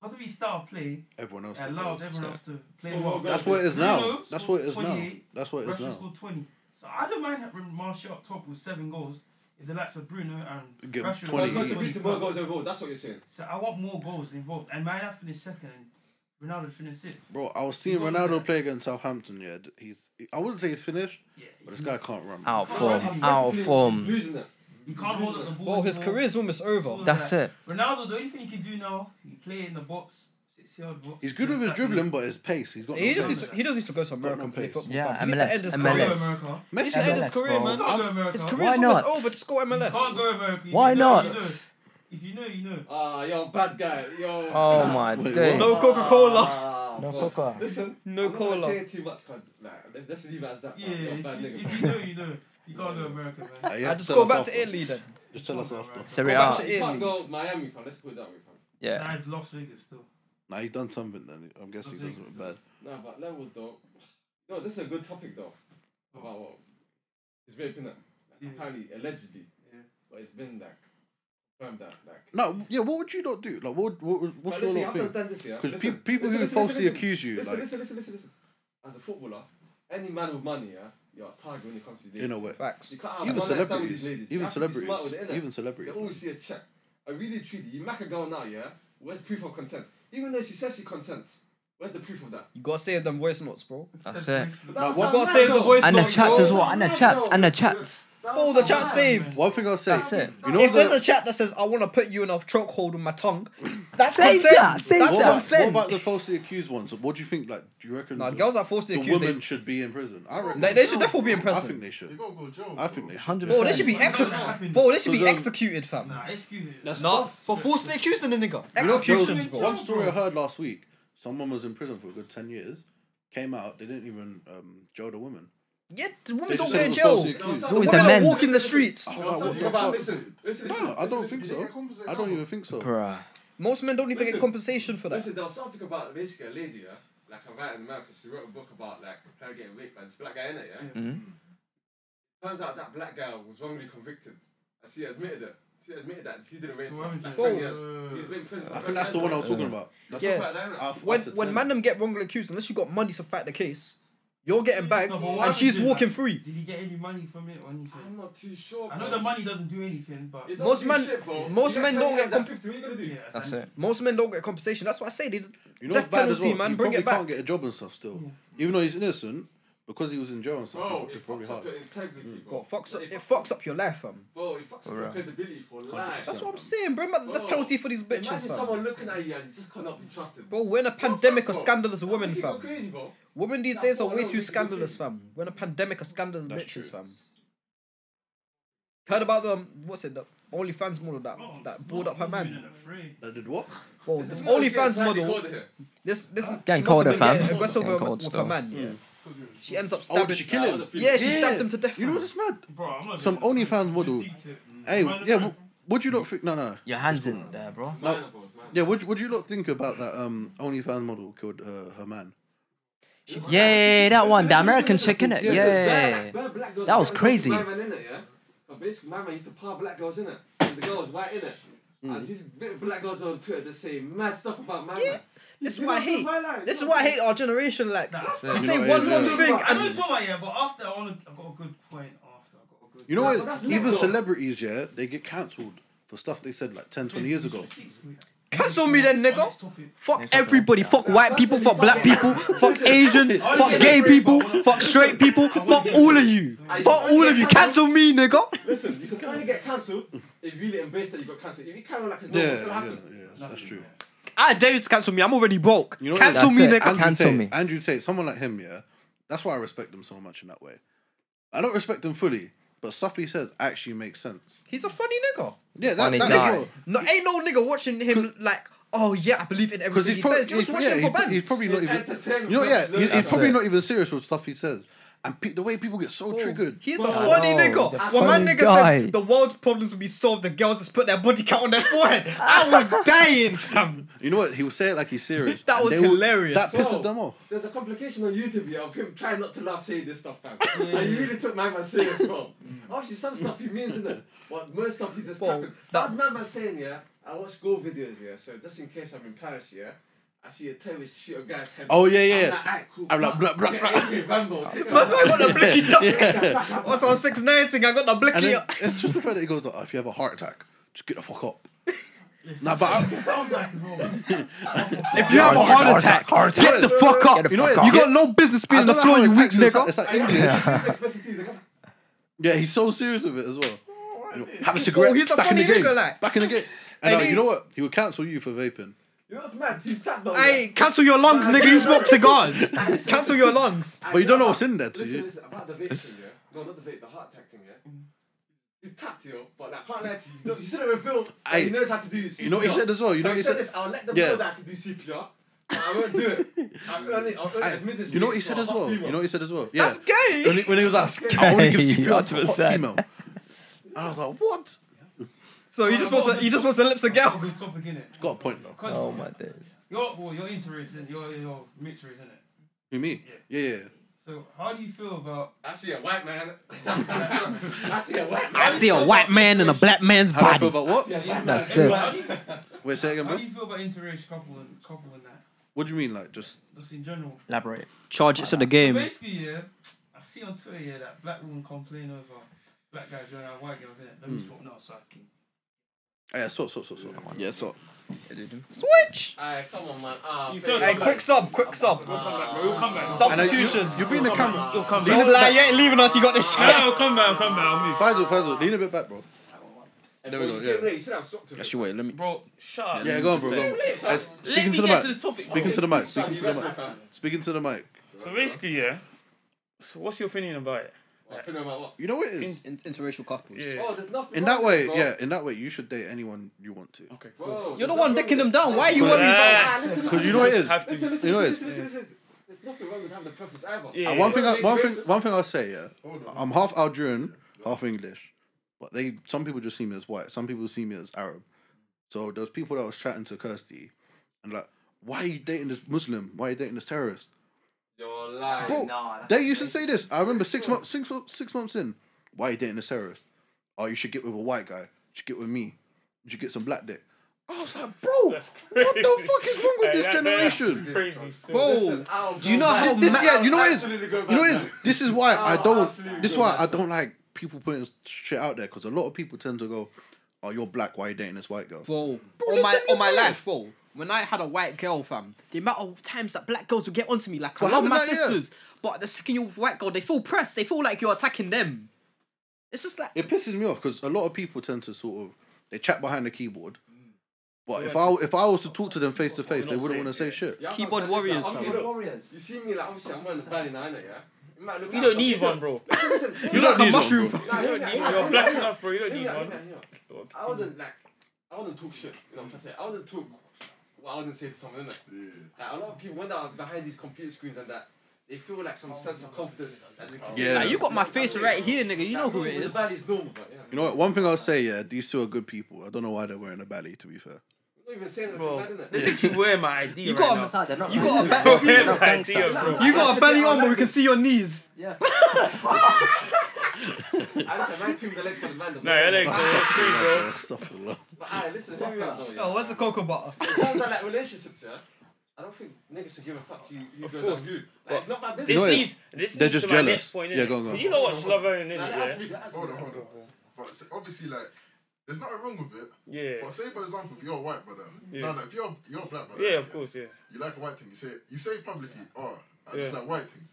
S4: How did we start of play
S3: Everyone else.
S4: and
S3: got
S4: allowed
S3: goals.
S4: everyone else to play
S7: So,
S4: well?
S7: well,
S3: That's what it is
S4: Bruno
S3: now. That's
S4: scored
S3: what it is now.
S4: 28,
S3: That's what it is
S4: Rashford
S3: now.
S4: scored 20. So I don't mind having Martial up top with seven goals if the likes of Bruno and
S3: Give him
S4: Rashford
S3: 20
S4: have
S7: Got
S4: got
S7: to
S3: each.
S7: beat
S4: 20
S7: him more
S4: plus.
S7: goals overall. That's what you're saying.
S4: So I want more goals involved. And Marina finished second and Ronaldo finished sixth.
S3: Bro, I was seeing
S4: Not
S3: Ronaldo
S4: bad.
S3: play against Southampton. Yeah, D- he's. he- I wouldn't say he's finished,
S4: Yeah,
S3: but this guy can't run.
S5: Out
S4: Well,
S5: form.
S4: I'm
S5: Out
S7: He's
S5: form.
S7: losing that.
S4: you can't hold up the ball.
S2: Well, his
S4: anymore.
S2: career's almost over.
S5: That's it.
S4: Ronaldo, the only thing he can do now, he play in the box, six yard box.
S3: He's good with his
S4: Exactly.
S3: dribbling, but his pace. He's got.
S2: He
S3: no
S2: just needs
S3: pace.
S2: to, he just needs to go to America
S3: no
S2: and play
S3: pace.
S2: football. fam.
S5: Yeah,
S2: He needs to
S5: MLS,
S2: end his
S4: Can't
S2: career.
S4: go
S5: MLS.
S4: America.
S2: He needs to
S5: MLS,
S2: end his career,
S3: Oh,
S5: bro.
S2: man.
S4: Can't go America.
S2: His
S5: Why
S2: career's almost
S5: not?
S2: over. Just go
S4: Can't
S2: MLS.
S4: go America. You
S5: Why
S4: know,
S5: not?
S4: If you know, you know.
S7: Ah, yo, bad guy. Yo.
S5: Oh my
S3: Wait,
S5: days.
S3: what?
S2: No Coca-Cola.
S7: Ah,
S5: No
S7: but-
S5: Coca.
S7: Listen,
S2: No
S7: I'm not
S2: cola.
S7: saying too much. Cause, like, let's leave it as that.
S4: Yeah,
S7: man. You're a bad
S4: if, you,
S7: nigga,
S4: if
S7: man.
S4: you know, you know. You can't go America, man.
S3: Hey, you
S2: I
S3: have to
S2: just
S3: tell
S2: go
S3: us
S2: back
S3: after.
S2: to Italy then.
S3: Just tell us after.
S5: Serie
S2: Go back
S5: A.
S2: to-
S7: You can't
S2: Italy.
S7: go Miami, fam. Let's put it that way, fam.
S5: Yeah.
S4: Nah, it's Las Vegas still.
S3: Nah, he's done something then. I'm guessing he
S4: Las
S3: does
S4: Vegas
S3: something bad.
S7: Nah, but levels though. No, this is a good topic though. About what? It's rape, innit? Like,
S4: Yeah.
S7: Apparently, allegedly.
S4: Yeah.
S7: But it's been like confirmed that like.
S3: No, yeah. What would you not do? Like, what? what what's
S7: But
S3: your
S7: listen,
S3: little
S7: I've not
S3: thing?
S7: done this yeah.
S3: Because
S7: Listen,
S3: people
S7: listen,
S3: who
S7: listen,
S3: falsely
S7: listen,
S3: accuse you,
S7: listen,
S3: like
S7: listen, listen, listen, listen. As a footballer, any man with money, yeah, you're a target when it comes to dating.
S3: in a way,
S2: Facts.
S7: You can't have
S3: even
S7: I don't understand with these
S3: celebrities,
S7: ladies. You
S3: even
S7: have to be smart
S3: celebrities,
S7: with it, innit?
S3: even
S7: They
S3: celebrities.
S7: always see a check. I really treat you. You mac a girl now, yeah? Where's proof of consent? Even though she says she consents, where's the proof of that?
S2: You gotta save them voice notes, bro.
S5: That's it.
S7: But
S4: Nah,
S3: what-
S7: that sound
S2: Gotta
S7: mad,
S2: save the
S7: though.
S2: voice
S5: And the
S2: note,
S5: chats
S2: bro.
S5: as well. And the chats. And the chats.
S2: Oh, the chat saved.
S3: One thing I'll say,
S5: That's it.
S3: you know,
S2: If
S3: the-
S2: there's a chat that says I want to put you in a chokehold with my tongue, that's
S5: Save
S2: consent.
S5: that,
S2: that's
S5: save that.
S3: what, about, what
S2: consent.
S3: about the falsely accused ones? What do you think? Like, do you reckon
S2: nah,
S3: the,
S2: girls are forced to
S3: the
S2: accuse.
S3: women
S2: They,
S3: should be in prison? I reckon.
S2: they, they should definitely be in
S3: I
S2: prison.
S3: think they
S6: They
S3: should.
S6: gotta go to jail.
S3: I
S6: bro.
S3: think they should.
S5: 100%.
S2: Bro, they should be
S4: Why
S2: ex-
S4: not happen?
S2: Bro, they should be
S3: So then-
S2: executed, fam.
S4: Nah, excuse me.
S3: That's
S2: Nah, for falsely accusing a nigga.
S3: You know, there was
S2: Executions, bro.
S3: One story I heard last week: someone was in prison for a good ten years, came out. They didn't even um, jail the woman.
S2: Yeah, the
S3: They
S2: women's
S3: just
S2: all
S3: said
S2: in
S3: it was
S2: jail.
S3: falsely accused.
S5: It's always
S2: women
S5: the
S2: are
S5: men.
S2: walking the streets.
S7: Ah.
S3: Oh, what
S7: Something
S3: the
S7: about-
S3: fuck?
S7: Listen, listen,
S3: No,
S7: listen,
S3: I don't
S6: listen,
S3: think
S6: you
S3: so.
S6: get compensated
S3: I
S6: now,
S3: don't even
S6: bro.
S3: think so.
S5: Bruh.
S2: Most men don't even
S7: Listen.
S2: get compensation for that.
S7: Listen, there was something about basically a lady, yeah? Like a writer in America, she wrote a book about like her getting raped by this black guy in it,
S5: Mm-hmm.
S7: yeah? Turns out that black girl was wrongly convicted. And she admitted it. She admitted that she didn't rape
S4: So
S7: him.
S4: what happens
S7: Like,
S4: if-
S7: 20
S2: Oh.
S7: years. He's been in prison for
S3: I think that's the one I was talking about. That's
S2: Yeah.
S3: what-
S7: About that, innit?
S3: I've-
S2: when
S3: I've said
S2: when
S3: ten.
S2: man them get wrongly accused, unless you got money to fight the case, you're getting bagged
S4: No, but why
S2: and
S4: would
S2: she's
S4: you do
S2: walking
S4: that?
S2: free.
S4: Did he get any money from it or
S7: I'm
S4: anything?
S7: not too sure.
S4: I
S7: bro.
S4: know the money doesn't do anything, but
S7: It don't
S2: Most
S7: do
S2: men-
S7: shit, bro.
S2: most
S7: You
S2: men don't
S7: twenty
S2: get
S7: times
S2: comp-
S7: at 50, what are you gonna do?
S4: yeah,
S5: That's
S4: and-
S5: it.
S2: Most men don't get compensation. That's why I say they
S3: You know,
S2: death
S3: it's bad as
S2: penalty,
S3: well.
S2: man.
S3: You
S2: Bring
S3: probably
S2: it back.
S3: can't get a job and stuff still.
S4: Yeah.
S3: Even though he's innocent, because he was in jail and stuff,
S7: Bro,
S3: it's
S7: Oh. it
S3: probably
S7: fucks up
S3: hard.
S7: your integrity, bro.
S2: Bro, it Mm. fucks up,
S7: It
S2: it fucks up your life, fam.
S7: Bro, it fucks up your
S5: Alright.
S7: credibility for life.
S2: That's what I'm saying. Bring back the death
S7: Bro,
S2: penalty for these bitches,
S7: Imagine
S2: fam.
S7: someone looking at you and you just cannot be trusted.
S2: Bro, we're in a
S7: Bro,
S2: pandemic
S7: fuck,
S2: of
S7: bro.
S2: scandalous
S7: That
S2: women,
S7: make you go
S2: fam.
S7: crazy, bro.
S2: Women these
S7: Nah,
S2: days
S7: bro,
S2: are
S7: I
S2: way
S7: don't
S2: too
S7: think you can do
S2: scandalous,
S7: it.
S2: fam. We're in a pandemic of scandalous
S3: That's
S2: bitches,
S3: true.
S2: fam. Heard about them? What's it? The OnlyFans model that
S4: Oh,
S2: that balled up her
S4: not
S2: man.
S4: even afraid.
S3: That did what?
S2: Bro, this
S7: We're gonna get
S2: OnlyFans
S7: slightly
S2: model.
S7: colder here.
S2: This this
S5: Getting
S2: she must
S5: colder,
S2: have been
S5: fam.
S2: getting aggressive
S5: Getting
S2: with,
S5: cold
S2: with her
S5: still.
S2: man. Yeah.
S4: Mm.
S2: She ends up
S3: Oh, did
S2: stabbing.
S3: she
S7: Nah,
S3: kill
S7: I
S3: him?
S7: don't feel
S2: yeah,
S7: it.
S2: she stabbed him to death.
S3: You know
S2: fam.
S3: this mad?
S4: Bro, I'm not
S3: Some
S4: doing this.
S3: OnlyFans model.
S4: Just stick to it.
S3: Hey,
S4: Mind the
S3: yeah,
S4: brand.
S3: what, what do you not think? No, no.
S5: Your hands in there, bro.
S7: Man, of course, man.
S3: Yeah, what, do- what do you not think about that um OnlyFans model killed uh, her man?
S5: Yeah, that one. The
S7: Listen,
S5: American
S7: listen,
S5: chick, innit?
S7: listen,
S5: Yeah.
S7: black- black- black girls-
S5: That was
S7: black girls used
S5: crazy.
S7: to buy man innit, yeah? And basically, my man used to par black girls in it. The girl was white in it. And these bit- black girls on Twitter they say mad stuff about my man.
S2: Mm. Yeah. This is
S7: You
S2: why I
S7: know, you know, my
S2: hate.
S7: life,
S2: This is
S7: you
S2: why I
S7: know.
S2: hate our generation. Like,
S4: Nah,
S5: That's it.
S2: you
S5: You
S2: say
S3: know,
S2: one
S3: it
S2: wrong
S3: is, yeah.
S2: thing
S4: I know
S2: and
S4: it's all right, yeah, but after I want to, I got a good point after. I got a good.
S3: You know
S7: Yeah,
S3: what?
S7: but that's lit,
S3: Even
S7: though.
S3: celebrities, yeah, they get cancelled for stuff they said like 10, 20 years ago.
S2: cancel me then,
S4: On this
S2: nigga.
S4: topic.
S2: Fuck everybody. Fuck white people. Fuck black people. Fuck Asians.
S4: I
S2: Fuck
S4: get
S2: gay
S4: it,
S2: people.
S4: but I wanna-
S2: Fuck straight people.
S4: I wanna
S2: Fuck
S4: get
S2: all
S4: it.
S2: of you.
S4: I-
S2: Fuck all of you. Cancel me, nigga.
S7: Listen, you can only get cancelled if you really embrace that you got cancelled. If you carry on like it's
S3: Yeah,
S7: normal, it's gonna
S3: yeah,
S7: happen.
S3: yeah, that's
S4: Nothing,
S3: true.
S4: yeah.
S2: I dare you Ah, to cancel me. I'm already broke.
S3: You know what
S2: cancel
S5: it
S2: me,
S5: is?
S2: nigga.
S3: Andrew
S5: Cancel
S3: Tate,
S5: me.
S3: Andrew Tate, someone like him, yeah. That's why I respect him so much in that way. I don't respect him fully, but stuff he says actually makes sense.
S2: He's a funny nigga.
S3: Yeah, that,
S5: Funny
S3: that
S5: guy.
S3: nigga-
S2: No, ain't no nigga watching him like, oh yeah, I believe in
S3: Because
S2: everything
S3: he's
S2: he
S3: probably,
S2: says. Just
S3: he's-
S2: watch
S3: yeah,
S2: him
S3: he
S2: for
S3: pro- he's
S2: bands.
S3: probably not even.
S7: Entertainment.
S3: You know, yeah,
S7: purposes
S3: he-
S7: only.
S3: he's probably not even serious with stuff he says. And pe- the way people get so
S2: Bro,
S3: triggered.
S2: He's a
S7: Bro.
S2: funny
S5: Bro,
S2: nigga.
S5: he's a
S2: when my
S5: funny
S2: nigga
S5: guy.
S2: says the world's problems will be solved, the girls just put their body count on their forehead. I was dying, fam.
S3: You know what? He will say it like he's serious.
S2: That
S3: and
S2: was
S3: they will-
S2: hilarious.
S3: That pisses
S7: Bro.
S3: them off.
S7: There's a complication on YouTube here of him trying not to laugh saying this stuff, fam. and you really took my man serious, bro. Obviously, some stuff he means, innit? But most stuff he's just
S2: Bro,
S7: capping.
S2: that-
S7: That my man saying, yeah, I watch goal videos, yeah, so just in case I'm in Paris, yeah, I see a terrorist shoot a guy's head.
S3: Oh, yeah, yeah.
S7: I'm like, alright, cool.
S3: I'm like,
S7: Fuck.
S3: blah, blah,
S7: Yeah,
S3: blah.
S7: okay, Rambo. take
S2: That's why I
S7: out.
S2: got the blicky top.
S7: Yeah.
S2: What's on 690? I got the
S3: And
S2: blicky
S3: then,
S2: up.
S3: it's just the fact that he goes, oh, if you have a heart attack, just get the fuck up. nah, but I,
S4: Sounds like as well.
S2: If you have a heart attack,
S1: heart
S2: get the fuck up.
S1: Get the
S3: You know
S1: fuck
S3: what?
S1: up.
S2: You got no business being on the floor, you weak nigga.
S3: It's like,
S7: I know,
S3: English.
S7: it's just expressive. Like,
S3: Yeah, he's so serious with it as well. You know, have a
S2: Oh,
S3: cigarette.
S2: he's a
S3: back in the
S2: funny
S3: game.
S2: nigga, like.
S3: Back in the game. And
S2: Hey,
S3: uh,
S2: he-
S3: you know what? He would cancel you for vaping.
S7: You know what's mad? He's tapped on
S2: Hey, cancel your lungs, nigga. You smoke cigars. Cancel your lungs.
S7: that.
S3: but you don't know what's
S7: about-
S3: in there to
S7: listen,
S3: you.
S7: Listen, about the vape thing, yeah? No, not the vape, the heart attack thing, yeah? He's tapped, you know, but I can't lie to you. You know, You should have revealed that
S3: Aye.
S7: he knows how to do CPR.
S3: You know what he said as well? You know what
S7: If he
S3: he
S7: said
S3: said-
S7: this, I'll let them
S3: Yeah.
S7: know that I can do CPR. but I won't do it. I'll only, I'll only
S3: I-
S7: admit this.
S3: you know
S7: to
S3: what he
S7: so
S3: said
S7: I'll
S3: as
S7: fuck
S3: well?
S7: you
S3: You
S7: up.
S3: know what he said as well? Yeah.
S2: That's
S3: when,
S2: gay.
S3: he, when he was like, I want to give
S5: Hey,
S3: CPR to a hot
S5: 100%.
S3: female. And I was like, what?
S2: So he just wants to, he just wants to lips a
S4: That's a
S2: girl.
S4: good topic, innit?
S3: Got a point though.
S4: Because
S5: Oh my days.
S4: you're, well, you're into race, and you're, you're mixed race, innit?
S3: You me? Yeah, yeah. yeah.
S4: So how do you feel about
S7: I see a white man. I see a white man.
S1: I see a white man in a black man's
S3: How do I feel
S1: body.
S3: about what?
S7: Yeah, yeah,
S5: That's
S7: yeah.
S5: it.
S4: How do you,
S3: Wait, say it again,
S4: how
S3: bro.
S4: do you feel about interracial couple and couple and that?
S3: What do you mean, like, just
S4: Just in general.
S5: Elaborate.
S1: Charge it to the game.
S4: Basically, yeah, I see on Twitter yeah that black women complain over black guys joining our white girls, innit? Let me swap now, so I can.
S3: Oh, yeah, sort, sort, sort, sort.
S1: Yeah, so.
S2: Switch.
S7: Alright, come on, man. Ah,
S4: He's
S7: fair
S4: got-
S2: Hey,
S7: enough.
S2: quick sub, quick sub.
S4: We'll come back, bro. We'll come back.
S3: And I-
S2: Substitution.
S3: You, you'll be in the camera.
S4: We'll come
S2: Don't lie, you ain't leaving us. You got this shit.
S4: I'll come back. I'll come back. I'll
S3: Faisal,
S4: move.
S3: Faisal, lean a bit back, bro. There we
S7: Well,
S3: go,
S7: you came
S3: yeah.
S7: late, You should have stopped him.
S1: Actually, wait, let me.
S4: Bro, shut up.
S3: Yeah, go on, bro. Go on. Uh, speaking to the mic.
S4: topic.
S3: Speaking to the mic. Speaking to the
S7: Fam, you
S3: mic.
S7: rest, fam.
S3: Speaking to the mic.
S4: So basically, yeah. So what's your opinion about it?
S7: Well, put them out, what?
S3: You know what it is?
S5: interracial couples.
S7: Oh, there's nothing
S3: In
S7: wrong
S3: that
S7: with
S3: way,
S7: it, bro.
S3: yeah, in that way, you should date anyone you want to.
S7: Okay, cool.
S5: You're the one dicking them down. Why are you
S3: Relax.
S5: worried about
S3: Because you know what it is?
S4: Have
S7: Ah, Listen,
S4: to.
S7: listen,
S3: You know
S7: listen,
S3: it
S7: listen, listen, listen. There's nothing wrong with having a preference either.
S4: Yeah.
S3: Uh, one
S7: You
S3: thing,
S7: know
S3: I,
S7: what
S3: one
S7: makes
S3: thing,
S7: racist?
S3: one thing I'll say, yeah,
S6: Hold on.
S3: I'm half Algerian, half English, but they some people just see me as white, some people see me as Arab. So there's people that was chatting to Kirsty, and like, why are you dating this Muslim? Why are you dating this terrorist?
S7: You're lying.
S3: Bro, they used to say this. I remember six months, six, mo- six months in, why are you dating this terrorist? Oh, you should get with a white guy. You should get with me. You should get some black dick. I was like, bro, what the fuck is wrong with this generation?
S4: Crazy still.
S5: Bro,
S7: Listen, I'll
S5: do you
S7: go
S5: know
S7: back.
S5: how
S3: This-
S5: ma-
S3: yeah, you know what it is?
S7: Absolutely go
S3: You know,
S7: back
S3: what it is?
S7: now.
S3: this is why I
S7: Oh,
S3: don't.
S7: absolutely.
S3: This is why I don't like people putting shit out there because a lot of people tend to go, "Oh, you're black. Why are you dating this white girl?"
S5: bro, on my on my life, bro. When I had a white girl, fam, the amount of times that black girls would get onto me, like I
S3: But
S5: love
S3: how
S5: my
S3: did that- yeah.
S5: sisters, but the second you're with a white girl, they feel pressed. They feel like you're attacking them. It's just like
S3: It pisses me off because a lot of people tend to sort of they chat behind the keyboard.
S7: Mm.
S3: But if I if I was to talk to them face to face, they wouldn't want to say shit.
S7: Yeah, I'm
S5: Keyboard
S7: not saying this,
S5: warriors,
S7: like, I'm
S5: fam.
S7: gonna- You see me like obviously I'm wearing the band in I know, yeah. You might look
S4: You
S7: at
S4: don't
S7: some-
S4: need one, bro.
S7: Listen, listen,
S3: You
S5: like
S3: need
S5: a
S3: one,
S5: mushroom.
S3: bro.
S7: nah,
S4: You don't
S7: nah,
S4: need
S7: nah,
S4: one.
S7: nah,
S4: You're black
S7: nah,
S4: enough, bro. You don't
S7: nah,
S4: need
S7: nah,
S4: one.
S7: nah, nah.
S4: Look,
S7: I wouldn't like. I wouldn't talk shit. You know what I'm trying to say? I wouldn't talk what I wouldn't say to someone, innit? Like a lot of people when they're behind these computer screens and that, they feel like some sense of confidence. That they can-
S3: Yeah.
S5: Like, you got my face right here, nigga. You know
S7: Like,
S5: who it
S7: with
S5: is.
S7: The band is normal, but yeah.
S3: You know what? One thing I'll say, yeah, these two are good people. I don't know why they're wearing a bally. To be fair,
S7: I'm not even saying anything
S4: Bro.
S7: bad, innit?
S4: They think you wear my ID.
S5: You
S4: right
S5: got
S4: now.
S5: a, you got a
S4: You
S5: back.
S4: wear my idea, bro.
S2: You got a belly on, but we can see your knees.
S7: I just man cream the legs for the man.
S4: No, your legs are free, bro.
S3: Astaghfirullah.
S7: But aye, listen, it's not fair, though, yeah.
S2: Oh, where's the cocoa butter?
S7: In terms of like relationships, yeah. I don't think niggas should give a fuck who, who
S4: Of
S7: goes
S4: course.
S7: out who. Like, it's not my business.
S4: This
S3: know what it
S4: leads, this
S3: They're
S4: leads
S3: just
S4: to my
S3: jealous.
S4: next point,
S3: Yeah,
S4: innit?
S3: go on, go on.
S4: You know what love owning
S7: Like,
S4: is,
S7: that's me, that's me.
S6: Hold on, hold on. But s- obviously, like, there's nothing wrong with it.
S4: yeah? Yeah.
S6: But say, for example, if you're a white brother,
S4: Yeah.
S6: no, no, if you're you're a black brother,
S4: Yeah, of course, yeah.
S6: You like a white thing, you say you say publicly, oh, I just
S4: Yeah.
S6: like white things.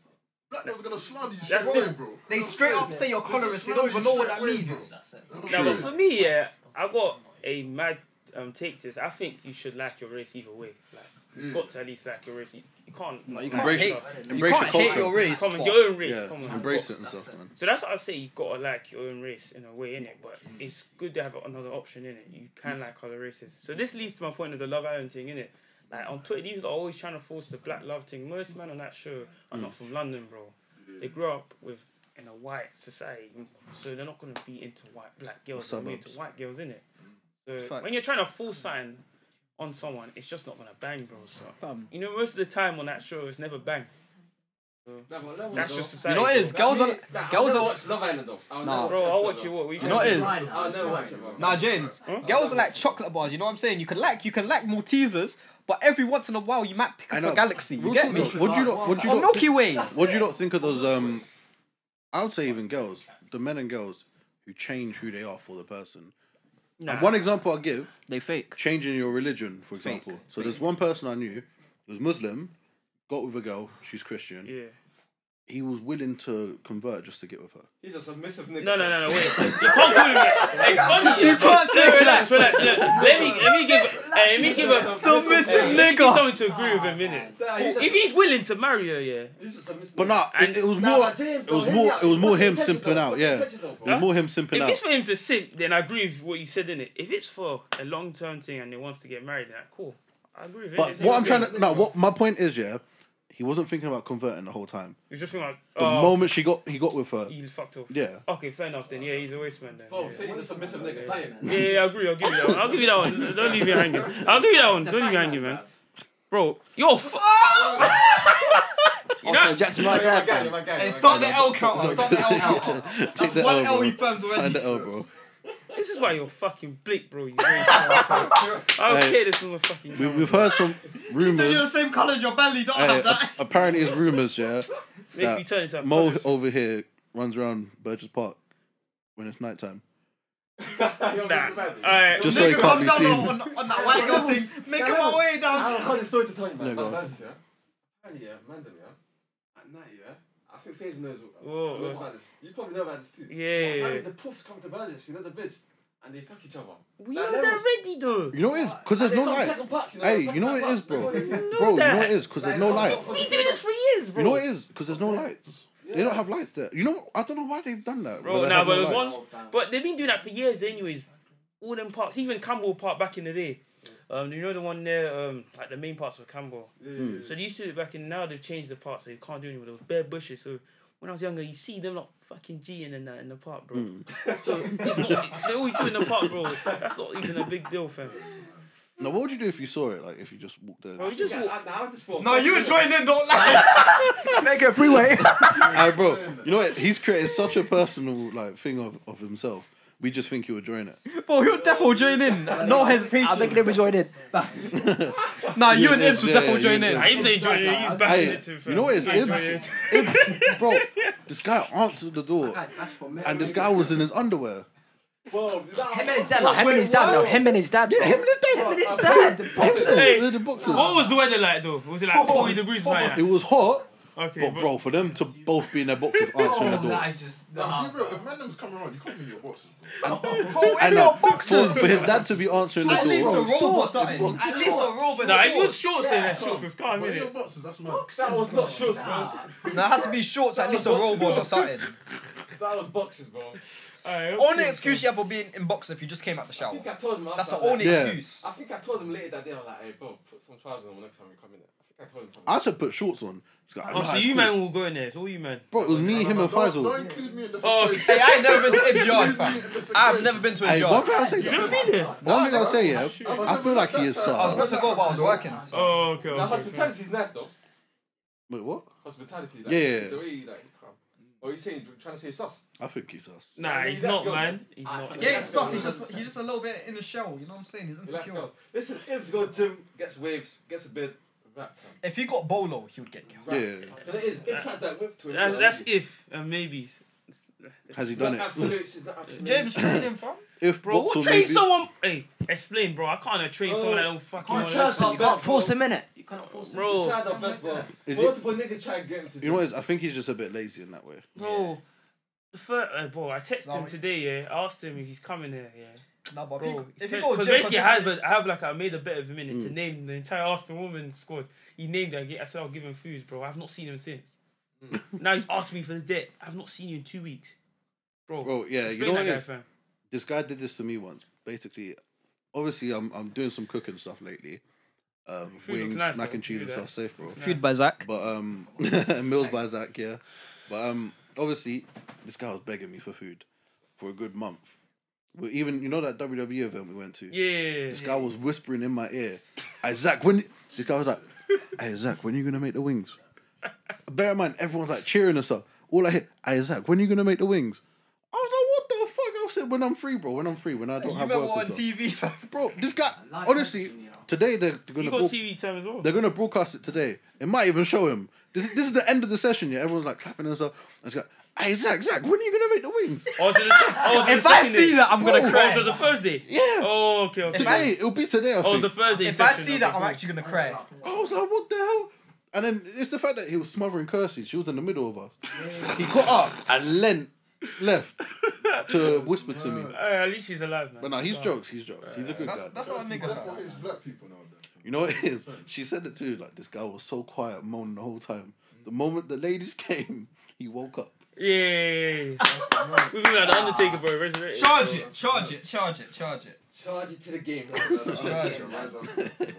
S6: Black devils gonna slander you
S4: That's
S6: straight away,
S4: different.
S6: bro.
S2: They straight up say you're colorist. They don't even know what that means.
S4: Now, but for me, yeah, I got a mad um, take to this. I think you should like your race either way. Like, you've got to at least like your race. You you can't.
S5: No, you can't
S3: Embrace,
S5: hate. You
S3: embrace
S5: can't
S3: your
S5: hate
S3: culture.
S5: your race.
S4: Come on,
S5: but-
S4: your own race. come on.
S3: yeah, embrace it and stuff, man.
S4: So that's what I say. You gotta like your own race in a way, innit? But it's good to have another option in it. You
S5: Mm.
S4: can like other races. So this leads to my point of the Love Island thing, innit? Like on Twitter, these are always trying to force the black love thing. Most men on that show are
S5: Mm.
S4: not from London, bro. They grew up with in a white society, so they're not gonna be into white black girls. They're gonna be
S3: Suburbs.
S4: into white girls, innit? So
S5: Facts.
S4: when you're trying to force sign on someone, it's just not gonna bang, bro. So
S5: Fam.
S4: you know, most of the time on that show, it's never banged. That's just
S5: You
S4: society.
S5: know what it is? Girls are girls are
S7: watch Love Island though. I'll
S5: Nah.
S7: never
S4: Bro,
S7: watch
S4: I'll
S7: it,
S4: watch you.
S7: though.
S4: What we
S5: You know what it is?
S7: I'll never watch it, bro.
S5: Nah, James. Girls are like chocolate bars. You know what I'm saying? You can like you can like Maltesers, But every once in a while, you might pick
S3: I
S5: up
S3: know.
S5: a galaxy. You
S3: Real
S5: get
S3: talk
S5: me? Oh,
S3: though, What do you not? What do you
S5: Or
S3: not?
S5: Milky Way.
S3: What do you not think of those? Um, I would say even girls, the men and girls who change who they are for the person. And one example I'll give:
S5: They fake.
S3: changing your religion, for example. So there's one person I knew who was Muslim, got with a girl, she's Christian.
S8: Yeah.
S3: He was willing to convert just to get with her.
S7: He's a submissive nigga.
S8: No, no, no, no, wait. You can't call him that. It's funny. You
S5: can't say
S8: relax, relax. Look, let me, let me give, hey, let me give a
S5: Submissive
S8: hey,
S5: nigga.
S8: give Something to agree with him, innit?
S7: Nah, he's
S8: If
S7: just-
S8: he's willing to marry her, yeah.
S7: he's just a submissive
S3: But
S7: nigga.
S3: nah, it,
S8: And-
S3: it was
S7: Nah,
S3: more.
S7: but damn,
S3: it was
S7: though,
S3: more.
S7: yeah,
S3: It was
S7: he
S3: more
S7: must be
S3: him
S7: touching
S3: simping
S7: though,
S3: out.
S7: he must be
S3: Yeah,
S7: touching
S3: it
S7: though, bro.
S3: was more him simping
S8: If
S3: out.
S8: it's for him to simp, then I agree with what you said, innit? If it's for a long term thing and he wants to get married, then cool. I agree with
S3: But
S8: it.
S3: what I'm trying to no, what my point is, yeah, he wasn't thinking about converting the whole time.
S8: You're just thinking like,
S3: The
S8: oh,
S3: moment she got, he got with her.
S8: he's fucked off.
S3: Yeah.
S8: Okay, fair enough then. Yeah, he's a waste man then.
S7: Bro,
S8: yeah.
S7: say he's a submissive nigga. Zion.
S8: Yeah, yeah, I agree. I'll give you that one. I'll give you that one. Don't leave me hanging. I'll give you that one. Don't leave me hanging, man. Bro, you're fu- You know-
S5: Okay, Jackson, right there,
S7: Yeah, my guy,
S5: fam.
S7: my guy, my
S2: Hey, start
S7: guy.
S2: the L counter. Start the L counter.
S3: Take
S2: That's
S3: the
S2: one
S3: L,
S2: L
S3: bro.
S2: he firmed already.
S3: Sign the L, bro.
S8: This is why you're fucking bleak, bro. You waste man. I don't
S3: Hey.
S8: care. This is a fucking.
S3: We, we've heard some
S2: So you're the
S3: rumors.
S2: same colour as your belly. Don't
S3: Hey,
S2: have that.
S3: a- apparently, it's rumors. Yeah,
S8: Make
S3: that
S8: me turn into a
S3: Mo
S8: colorist.
S3: over here runs around Burgess Park when it's nighttime.
S7: Yo,
S8: Nah.
S7: man, man.
S8: Alright.
S3: Just so he
S2: Nigga
S3: can't be
S2: comes out
S3: seen.
S2: on, on, on that white girl thing. Make him my way
S7: I
S2: down.
S7: have a funny story to tell you, man.
S3: No, go on.
S7: Like, that's, yeah. Apparently, yeah, random, yeah. At night, yeah. I think FaZe knows,
S8: Whoa,
S7: knows
S8: whoa.
S7: about this. You probably know about this too.
S8: Yeah, yeah,
S7: Apparently
S8: yeah.
S7: the puffs come to Burgess, you know the bitch, and they fuck each other. Like,
S8: We know
S7: they
S8: that
S7: was-
S8: already, though.
S3: You know what it is? Because there's
S7: and
S3: no
S7: they come
S3: light.
S7: Peck and Puck, you know,
S3: Hey,
S7: Peck
S3: you know what
S7: and
S3: it
S7: Puck.
S3: is, bro?
S7: They go-
S8: know
S3: Bro, you know
S8: that.
S3: what it is? Because there's no light.
S8: We do this for years, bro.
S3: You know what it is? Because there's no lights. They don't have lights there. You know, I don't know why they've done that.
S8: Bro,
S3: they
S8: nah,
S3: have no
S8: but
S3: lights.
S8: once, but they've been doing that for years, anyways. All them parks, even Campbell Park back in the day. Um, you know the one there, um, like the main parts of Campbell. So they used to do it back in. Now they've changed the park, so you can't do any with those bare bushes. So when I was younger, you see them like fucking G and that in the park, bro.
S3: Hmm.
S8: So it's not, they always do it in the park, bro. That's not even a big deal, fam.
S3: Now, what would you do if you saw it? Like, if you just walked there?
S8: Bro, you just
S7: Yeah,
S8: walk.
S7: I- nah, I just thought-
S2: No, you join in. Don't lie.
S5: Make it a freeway.
S3: Hey, bro, you know what? He's created such a personal like thing of, of himself. We just think he would join it.
S5: Bro, he'll definitely join in. No hesitation.
S2: I think
S5: think they will join in. nah, you and
S3: Yeah,
S5: Ibs will
S3: yeah,
S5: definitely
S3: yeah,
S5: join
S3: yeah.
S5: in.
S8: I even say join it. He's bashing
S3: Hey,
S8: it too, fam.
S3: you know what? It's
S8: He's
S3: Ibs,
S8: joining it.
S3: Ibs, bro. This guy answered the door,
S9: That's for me.
S3: and this guy was in his underwear.
S7: Bro, nah,
S9: Him and his dad, like, him and his dad, no, him and his dad.
S3: Yeah,
S9: bro.
S3: him and his
S9: Him
S3: dad.
S9: and his dad. the boxer.
S8: Hey,
S3: In the boxers.
S8: What was the weather like though? Was it like 40 degrees
S3: It
S8: higher?
S3: was hot,
S8: Okay,
S3: but Oh, bro, for them to both be in their boxers answering the door,
S9: is just.
S6: Nah, be real, if Mandem's coming around, you can't be your bosses, bro.
S3: and uh, for, for his dad to be answering the
S2: At least a
S3: door.
S2: robe or something. At least a robe and
S8: Nah,
S2: a
S8: if it was
S2: shorts.
S8: shorts, then that shorts is calm,
S6: But in your
S8: innit?
S6: bosses, that's mad.
S7: that was not shoes, bro.
S2: Nah, it has to be shorts. At least a robe on or something.
S7: That was boxes, bro.
S8: Alright, okay.
S2: Only excuse you have for being in boxer if you just came out the
S7: I
S2: shower.
S7: think I told him.
S2: That's the
S7: after
S2: only
S3: Yeah.
S2: excuse.
S7: I think I told him later that day. I was like, "Hey, bro, put some trousers on next time you come in." I think I told him. Something.
S3: I said put shorts on. He's like,
S8: Oh,
S3: "Nah,
S8: so
S3: it's
S8: you
S3: cool."
S8: man will go in there. It's all you man.
S3: Bro, it was me, him, and
S6: Don't, don't
S3: Faisal.
S6: include me in this
S8: Oh,
S6: equation.
S2: Hey, I ain't never been to Ib's yard,
S6: Include me
S2: fam.
S6: in this
S2: I've
S6: equation.
S2: never been to his
S3: Hey, one
S2: yard.
S3: thing I'll say,
S8: You never been there?
S3: one thing I'll say, yeah,
S6: was
S3: I feel
S6: never
S3: like
S6: like
S3: he is
S6: that,
S2: I was
S6: though.
S3: soft.
S2: supposed to go, but I was working. So.
S8: Oh, okay.
S7: Now
S8: okay, okay.
S7: hospitality's nice though.
S3: Wait, what?
S7: Hospitality, like,
S3: Yeah, yeah.
S7: The way you like, come. What are you saying? You're Trying to say sus?
S3: I think he's us.
S8: Nah, he's not, man. He's not.
S2: Yeah, it's sus. He's just, he's just a little bit in the shell. You know what I'm saying? He's
S7: Relax,
S2: insecure.
S7: girls. Listen, Ibs goes gym, gets waves, gets a bit wrapped.
S2: If he got bolo, he would get killed.
S3: Yeah.
S7: But it is. Ibs has that whip to it.
S8: That's, that's if and maybes.
S3: Has he
S7: It's not
S3: done it?
S7: absolute. It's not absolute.
S2: James, you him, fam?
S3: If
S8: Bro,
S3: Boxall
S8: what train
S3: maybe-
S8: someone? Hey, explain, bro. I can't train
S7: Oh,
S8: someone that don't fucking
S7: can't
S8: know
S7: trust
S8: that
S9: You can't force him in it. You cannot force him.
S7: We
S8: Bro,
S7: tried our best, bro.
S3: Is it-
S7: Multiple niggas try and get him to.
S3: You know what? it is? I think he's just a bit lazy in that way.
S8: bro. The fir- uh, bro, I texted
S2: Nah,
S8: him
S2: wait.
S8: today. Yeah, I asked him if he's coming here. Yeah,
S2: Nah, but
S8: bro.
S2: if
S8: he
S2: you
S8: said-
S2: go
S8: 'cause
S2: gym
S8: basically, I have,
S2: consistently,
S8: a, I have like I made a bet of him in to name the entire Arsenal women's squad. He named it. I said I'll give him food, bro. I've not seen him since. now he's asked me for the debt. I've not seen you in two weeks, bro.
S3: Bro, yeah, you
S8: explain
S3: know what
S8: that
S3: it
S8: guy,
S3: is?
S8: fam.
S3: This guy did this to me once. Basically, obviously, I'm I'm doing some cooking stuff lately. Um,
S8: Food looks
S3: wings,
S8: nice,
S3: mac
S8: though.
S3: and cheese
S8: Do
S3: and
S8: that.
S3: stuff, safe, bro.
S8: nice.
S1: Food by Zach.
S3: But um, Mills by Zach, yeah. But um, obviously, this guy was begging me for food for a good month. Well, even you know that WWE event we went to.
S8: Yeah, yeah,
S3: This
S8: yeah.
S3: guy was whispering in my ear, "Hey Zach, when?" This guy was like, "Hey Zach, when are you gonna make the wings?" Bear in mind, everyone's like cheering us up. All I hear, "Hey Zach, when are you gonna make the wings?" I was like, "What the fuck?" I said, said when I'm free, bro. When I'm free, when I don't
S2: You
S3: have
S2: remember
S3: work,
S2: on
S3: and stuff.
S2: TV? fam?
S3: bro. This guy,
S7: Live
S3: honestly,
S7: action, yeah.
S3: today they're
S8: You
S3: gonna
S8: got
S3: broad-
S8: TV time as well.
S3: they're gonna broadcast it today. It might even show him. This this is the end of the session. Yeah, everyone's like clapping and stuff. I just go, hey Zach, Zach, when are you gonna make the wings?
S8: Oh, is it the, oh, is it the
S5: If I
S8: second
S5: see
S8: day?
S5: that, I'm
S8: Oh,
S5: gonna
S8: is
S5: cry.
S8: it the first day?
S3: Yeah,
S8: Oh, okay, okay.
S3: today it'll be today. I
S8: Oh,
S3: think.
S8: the Thursday.
S2: If I
S8: session,
S2: see
S8: okay,
S2: that, I'm
S8: cool.
S2: actually gonna cry.
S3: I was like, what the hell? And then it's the fact that he was smothering Kirsty. She was in the middle of us. he got up and leant left to whisper to me.
S8: Uh, at least she's alive, man. Oh.
S3: But no, he's jokes. He's jokes. He's a good
S2: That's
S3: guy.
S2: that's how I nigga.
S6: That's
S2: fam.
S6: what it is, black people now. then.
S3: You know what it is? She said it too. Like this guy was so quiet, moaning the whole time. The moment the ladies came, he woke up.
S8: Yeah, yeah, yeah, yeah. We've been like the Undertaker, bro. Resurrected.
S2: Charge it, charge it, charge it, charge it.
S7: Charge it to the game.
S2: Charge it.
S6: Rise up. Okay.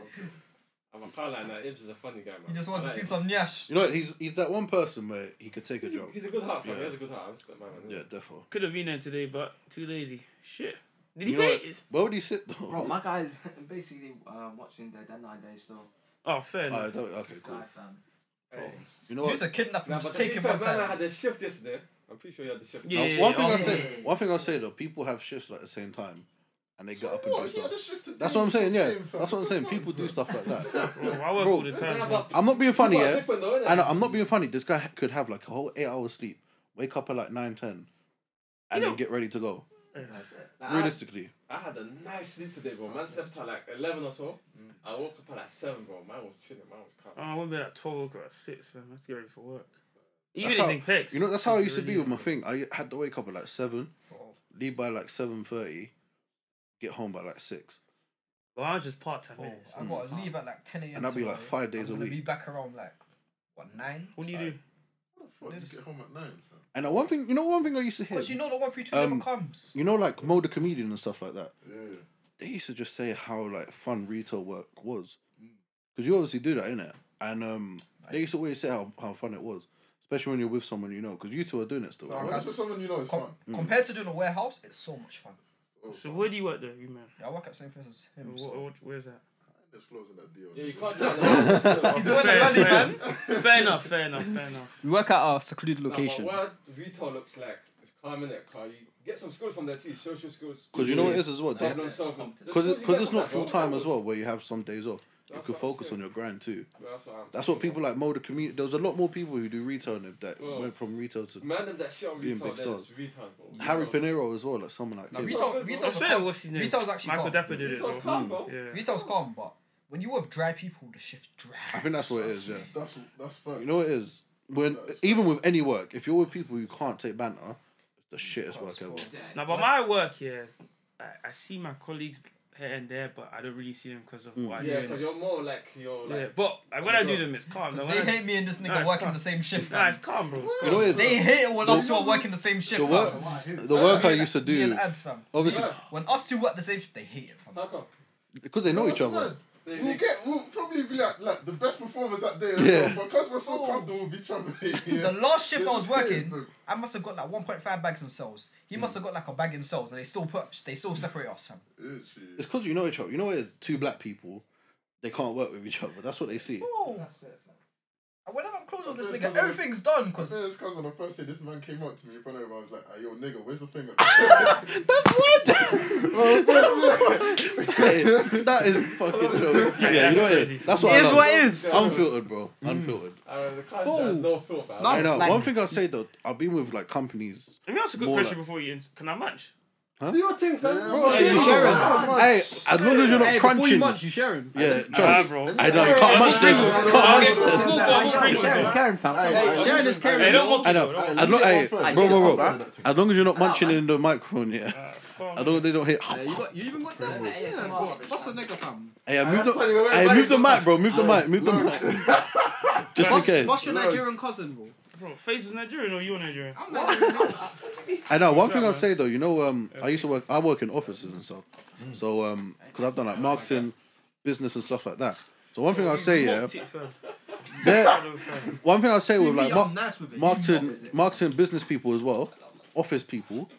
S7: I'm a power line now. Ibs is a funny guy, man.
S2: He just wants
S7: I
S2: to see
S7: like
S2: some nyash.
S3: You know, what? he's he's that one person where he could take a
S7: him.
S3: joke.
S7: He's a good heart, fam.
S3: Yeah.
S7: He has a good heart. I respect my man.
S3: Yeah, definitely.
S8: Could have been there today, but too lazy. Shit. Did he
S3: You know
S8: play
S3: what?
S8: it?
S3: Where would he sit
S9: Bro,
S3: though?
S9: my guy's basically uh, watching the Dead Nine Days still.
S8: Oh, fair
S3: Oh, I
S8: enough.
S3: don't- okay,
S9: This
S3: cool.
S9: guy, fam.
S3: You know
S2: He's
S3: what?
S2: a kidnapping.
S7: Nah,
S2: just
S7: but
S2: take
S7: take
S2: him
S7: it
S2: one
S7: back. Man, I
S2: time.
S7: had a shift yesterday. I'm pretty sure you had the shift.
S8: Yeah,
S3: Now,
S8: yeah,
S3: one
S8: yeah,
S3: thing I
S8: okay.
S3: say, one thing I say though, people have shifts like, at the same time, and they get up and do
S6: What? He
S3: stuff.
S6: had a shift today.
S3: That's what I'm saying. Yeah,
S6: Fam,
S3: that's what I'm saying.
S6: come on,
S3: People do
S6: fam.
S3: stuff like
S8: Bro,
S3: that.
S8: I work
S3: Bro.
S8: all the time.
S7: Nah,
S8: man.
S7: but
S3: I'm not being funny,
S7: people are
S3: yeah.
S7: different though, innit?
S3: I know, I'm not being funny. This guy could have like a whole eight hours sleep, wake up at like nine ten, and then get ready to go.
S7: That's it. Like, I-
S3: Realistically,
S7: I had a nice sleep today, bro. Man slept at like 11 or so.
S3: Mm.
S7: I woke up at like 7, bro. Man was chilling. Man was
S8: Oh,
S7: calm.
S8: I went to bed at 12 o'clock at 6, man. I have to get ready for work.
S3: That's
S8: Even if it's
S3: how-
S8: in pecs.
S3: you know that's how I
S8: it's
S3: used to be
S8: really- Oh.
S3: with my thing. I had to wake up at like seven, leave by like seven thirty, get home by like six,
S8: Well, I was just part
S3: Oh,
S8: time.
S2: I gotta leave at like 10 a.m.
S3: and I'd be like
S2: tomorrow.
S3: five days
S2: I'm
S3: a
S2: gonna Be
S3: week.
S2: back around like what nine?
S8: What do you
S2: So-
S8: do?
S6: Fuck, you get home at nine, fam.
S3: And uh, one thing, you know, one thing I used to hear,
S2: Because you know the one three two
S3: Um,
S2: never comes.
S3: you know, like Mo the comedian and stuff like that.
S6: Yeah.
S3: they used to just say how like fun retail work was, because you obviously do that, innit? And um, they used to always say how, how fun it was, especially when you're with someone you know, because you two are doing it still.
S6: Nah,
S3: right?
S6: when it's with someone you know, it's
S2: Com-
S6: fun.
S3: mm.
S2: Compared to doing a warehouse, it's so much fun.
S6: Oh,
S8: So,
S6: fam.
S8: where do you work, though, you man?
S2: Yeah, I work at the same place as him.
S8: What,
S2: so-
S8: what, where's that?
S6: Let's close on that deal.
S7: Yeah, you can't do that.
S2: He's doing the money, man.
S8: fair enough, fair enough, fair enough.
S5: We work at a secluded
S7: Nah, but
S5: location.
S7: what retail looks like, it's calm in that car. You get some skills from there too, social skills.
S3: Because you know what it is as well,
S7: Problem
S3: because
S7: solving.
S3: it's not full time as well, where you have some days off. You
S7: That's
S3: can
S7: what I'm
S3: focus on
S7: saying.
S3: your grind too.
S7: That's what, I'm
S3: That's what
S7: thinking,
S3: people
S7: man.
S3: like Mo the comedian. There was a lot more people who do retail than that
S7: Well,
S3: went from retail to
S7: Man, them that shit on
S3: Being
S7: retail,
S3: big
S7: then
S3: sold.
S7: it's retail, bro.
S3: Harry
S7: Retail-
S3: Pinero as well, like someone like
S2: Now,
S3: him.
S2: retail,
S7: It's
S2: retail's
S8: It's
S2: calm.
S8: fair, what's his name?
S2: Retail's actually
S8: Michael
S2: calm.
S8: Dapper did it,
S7: Retail's
S8: bro.
S7: calm, bro.
S8: Yeah.
S2: Retail's calm, but when you with dry people, the shift dry.
S3: I think that's what it is. Yeah,
S6: That's that's fun.
S3: you know what it is. When even with any work, if you're with people you can't take banter, it's the shittest work ever.
S8: Now, but my work here, is- I, I see my colleagues here and there, but I don't really see them because
S3: Hmm.
S8: of what I
S7: Yeah,
S8: do.
S7: because
S8: innit?
S7: you're more like, you're
S8: Yeah,
S7: like.
S8: but like, when
S7: Oh,
S8: I do
S7: God.
S8: them, it's calm. Now,
S2: Because
S8: when
S2: they
S8: I-
S2: hate me and this nigga
S8: Nah, it's
S2: working
S8: calm.
S2: the same shift.
S8: Nah,
S2: fam.
S8: it's calm, bro. It's
S3: You
S8: calm.
S3: know what it is?
S2: They hate it when us two
S3: The-
S2: are working the same shift.
S3: the
S2: fam.
S3: work, the work I used to
S2: Me and
S3: do,
S2: Ads, fam.
S3: obviously,
S2: When us two work the same shift, they hate it, fam.
S7: How come?
S3: because they know each
S6: That's
S3: other.
S6: fun.
S7: They-
S6: We'll
S7: they-
S6: get, we'll probably be like, like the best performers that day,
S3: Yeah.
S6: yeah. because we're so
S2: Oh.
S6: comfortable with each other.
S2: The
S6: Yeah.
S2: last shift I was
S6: Yeah,
S2: working,
S6: bro.
S2: I must have got like 1.5 bags in cells. He must have got like a bag in cells, and they still put, they still separate us, fam.
S6: Literally.
S3: It's because you know each other. You know, what it is? two black people, they can't work with each other. That's what they see.
S2: Oh. And whenever I'm close with this
S6: That's
S2: nigga,
S6: what I'm-
S2: everything's done
S6: I
S2: because
S6: say this because on the first day, this man came up to me in front of everyone. I was like, hey, yo, nigga, where's the finger?
S3: that is fucking dope. Yeah, you know what it
S8: crazy.
S3: is. That's what I
S5: Is
S3: love.
S5: what is.
S3: Unfiltered, bro. Unfiltered.
S7: Uh, the kind that no filter. man.
S3: I know.
S5: Mm. Oh, Like-
S3: uh, One thing I'll say though, I've been with like companies.
S8: Let me ask a good
S3: More
S8: question
S3: like-
S8: before you. ins- Can I match?
S7: Do your thing, fam.
S3: Bro,
S8: you
S3: yeah,
S5: share
S3: bro. hey, as long as you're not
S5: Hey, before you
S3: crunching.
S5: munch, you share him.
S3: yeah,
S8: Ah,
S3: trust.
S8: bro.
S3: I know. You can't munch them.
S8: Okay, cool, cool, cool.
S9: Nah,
S8: I'm
S9: yeah,
S8: free.
S9: Sharon is caring, fam.
S6: Hey,
S9: Hey, Sharon is caring.
S8: Hey, don't mock
S3: I
S8: it,
S3: know.
S8: bro, don't mock
S3: As long, hey,
S6: Hey,
S3: bro, bro,
S6: shut
S3: bro.
S6: up,
S3: As long as you're not munching
S9: man.
S3: in the microphone, yeah.
S8: it. Fuck.
S3: As long as they don't hit.
S5: You got, you even got that. Yeah, yeah, boss. Boss a nigga, fam.
S3: Hey, I moved
S7: that's funny,
S3: the,
S7: we're
S3: hey, move the
S7: everybody's
S3: mic, bro. Move the mic. Move the mic. Just in
S5: Boss,
S3: case.
S5: boss your Nigerian cousin, bro.
S8: Bro, Face is Nigerian or you're Nigerian?
S5: I'm Nigerian.
S3: I know. uh, One thing
S8: up,
S3: I'll
S8: man?
S3: say though, you know, um, I used to work. I work in offices and stuff. So, um, because I've done like marketing, business, and stuff like that. So one thing I'll say, yeah,
S8: Mocked it, fam.
S3: they're-
S8: Hello, fam.
S3: one thing I'll say with like mar-
S2: I'm nice with it.
S3: marketing, marketing, business people as well, office people,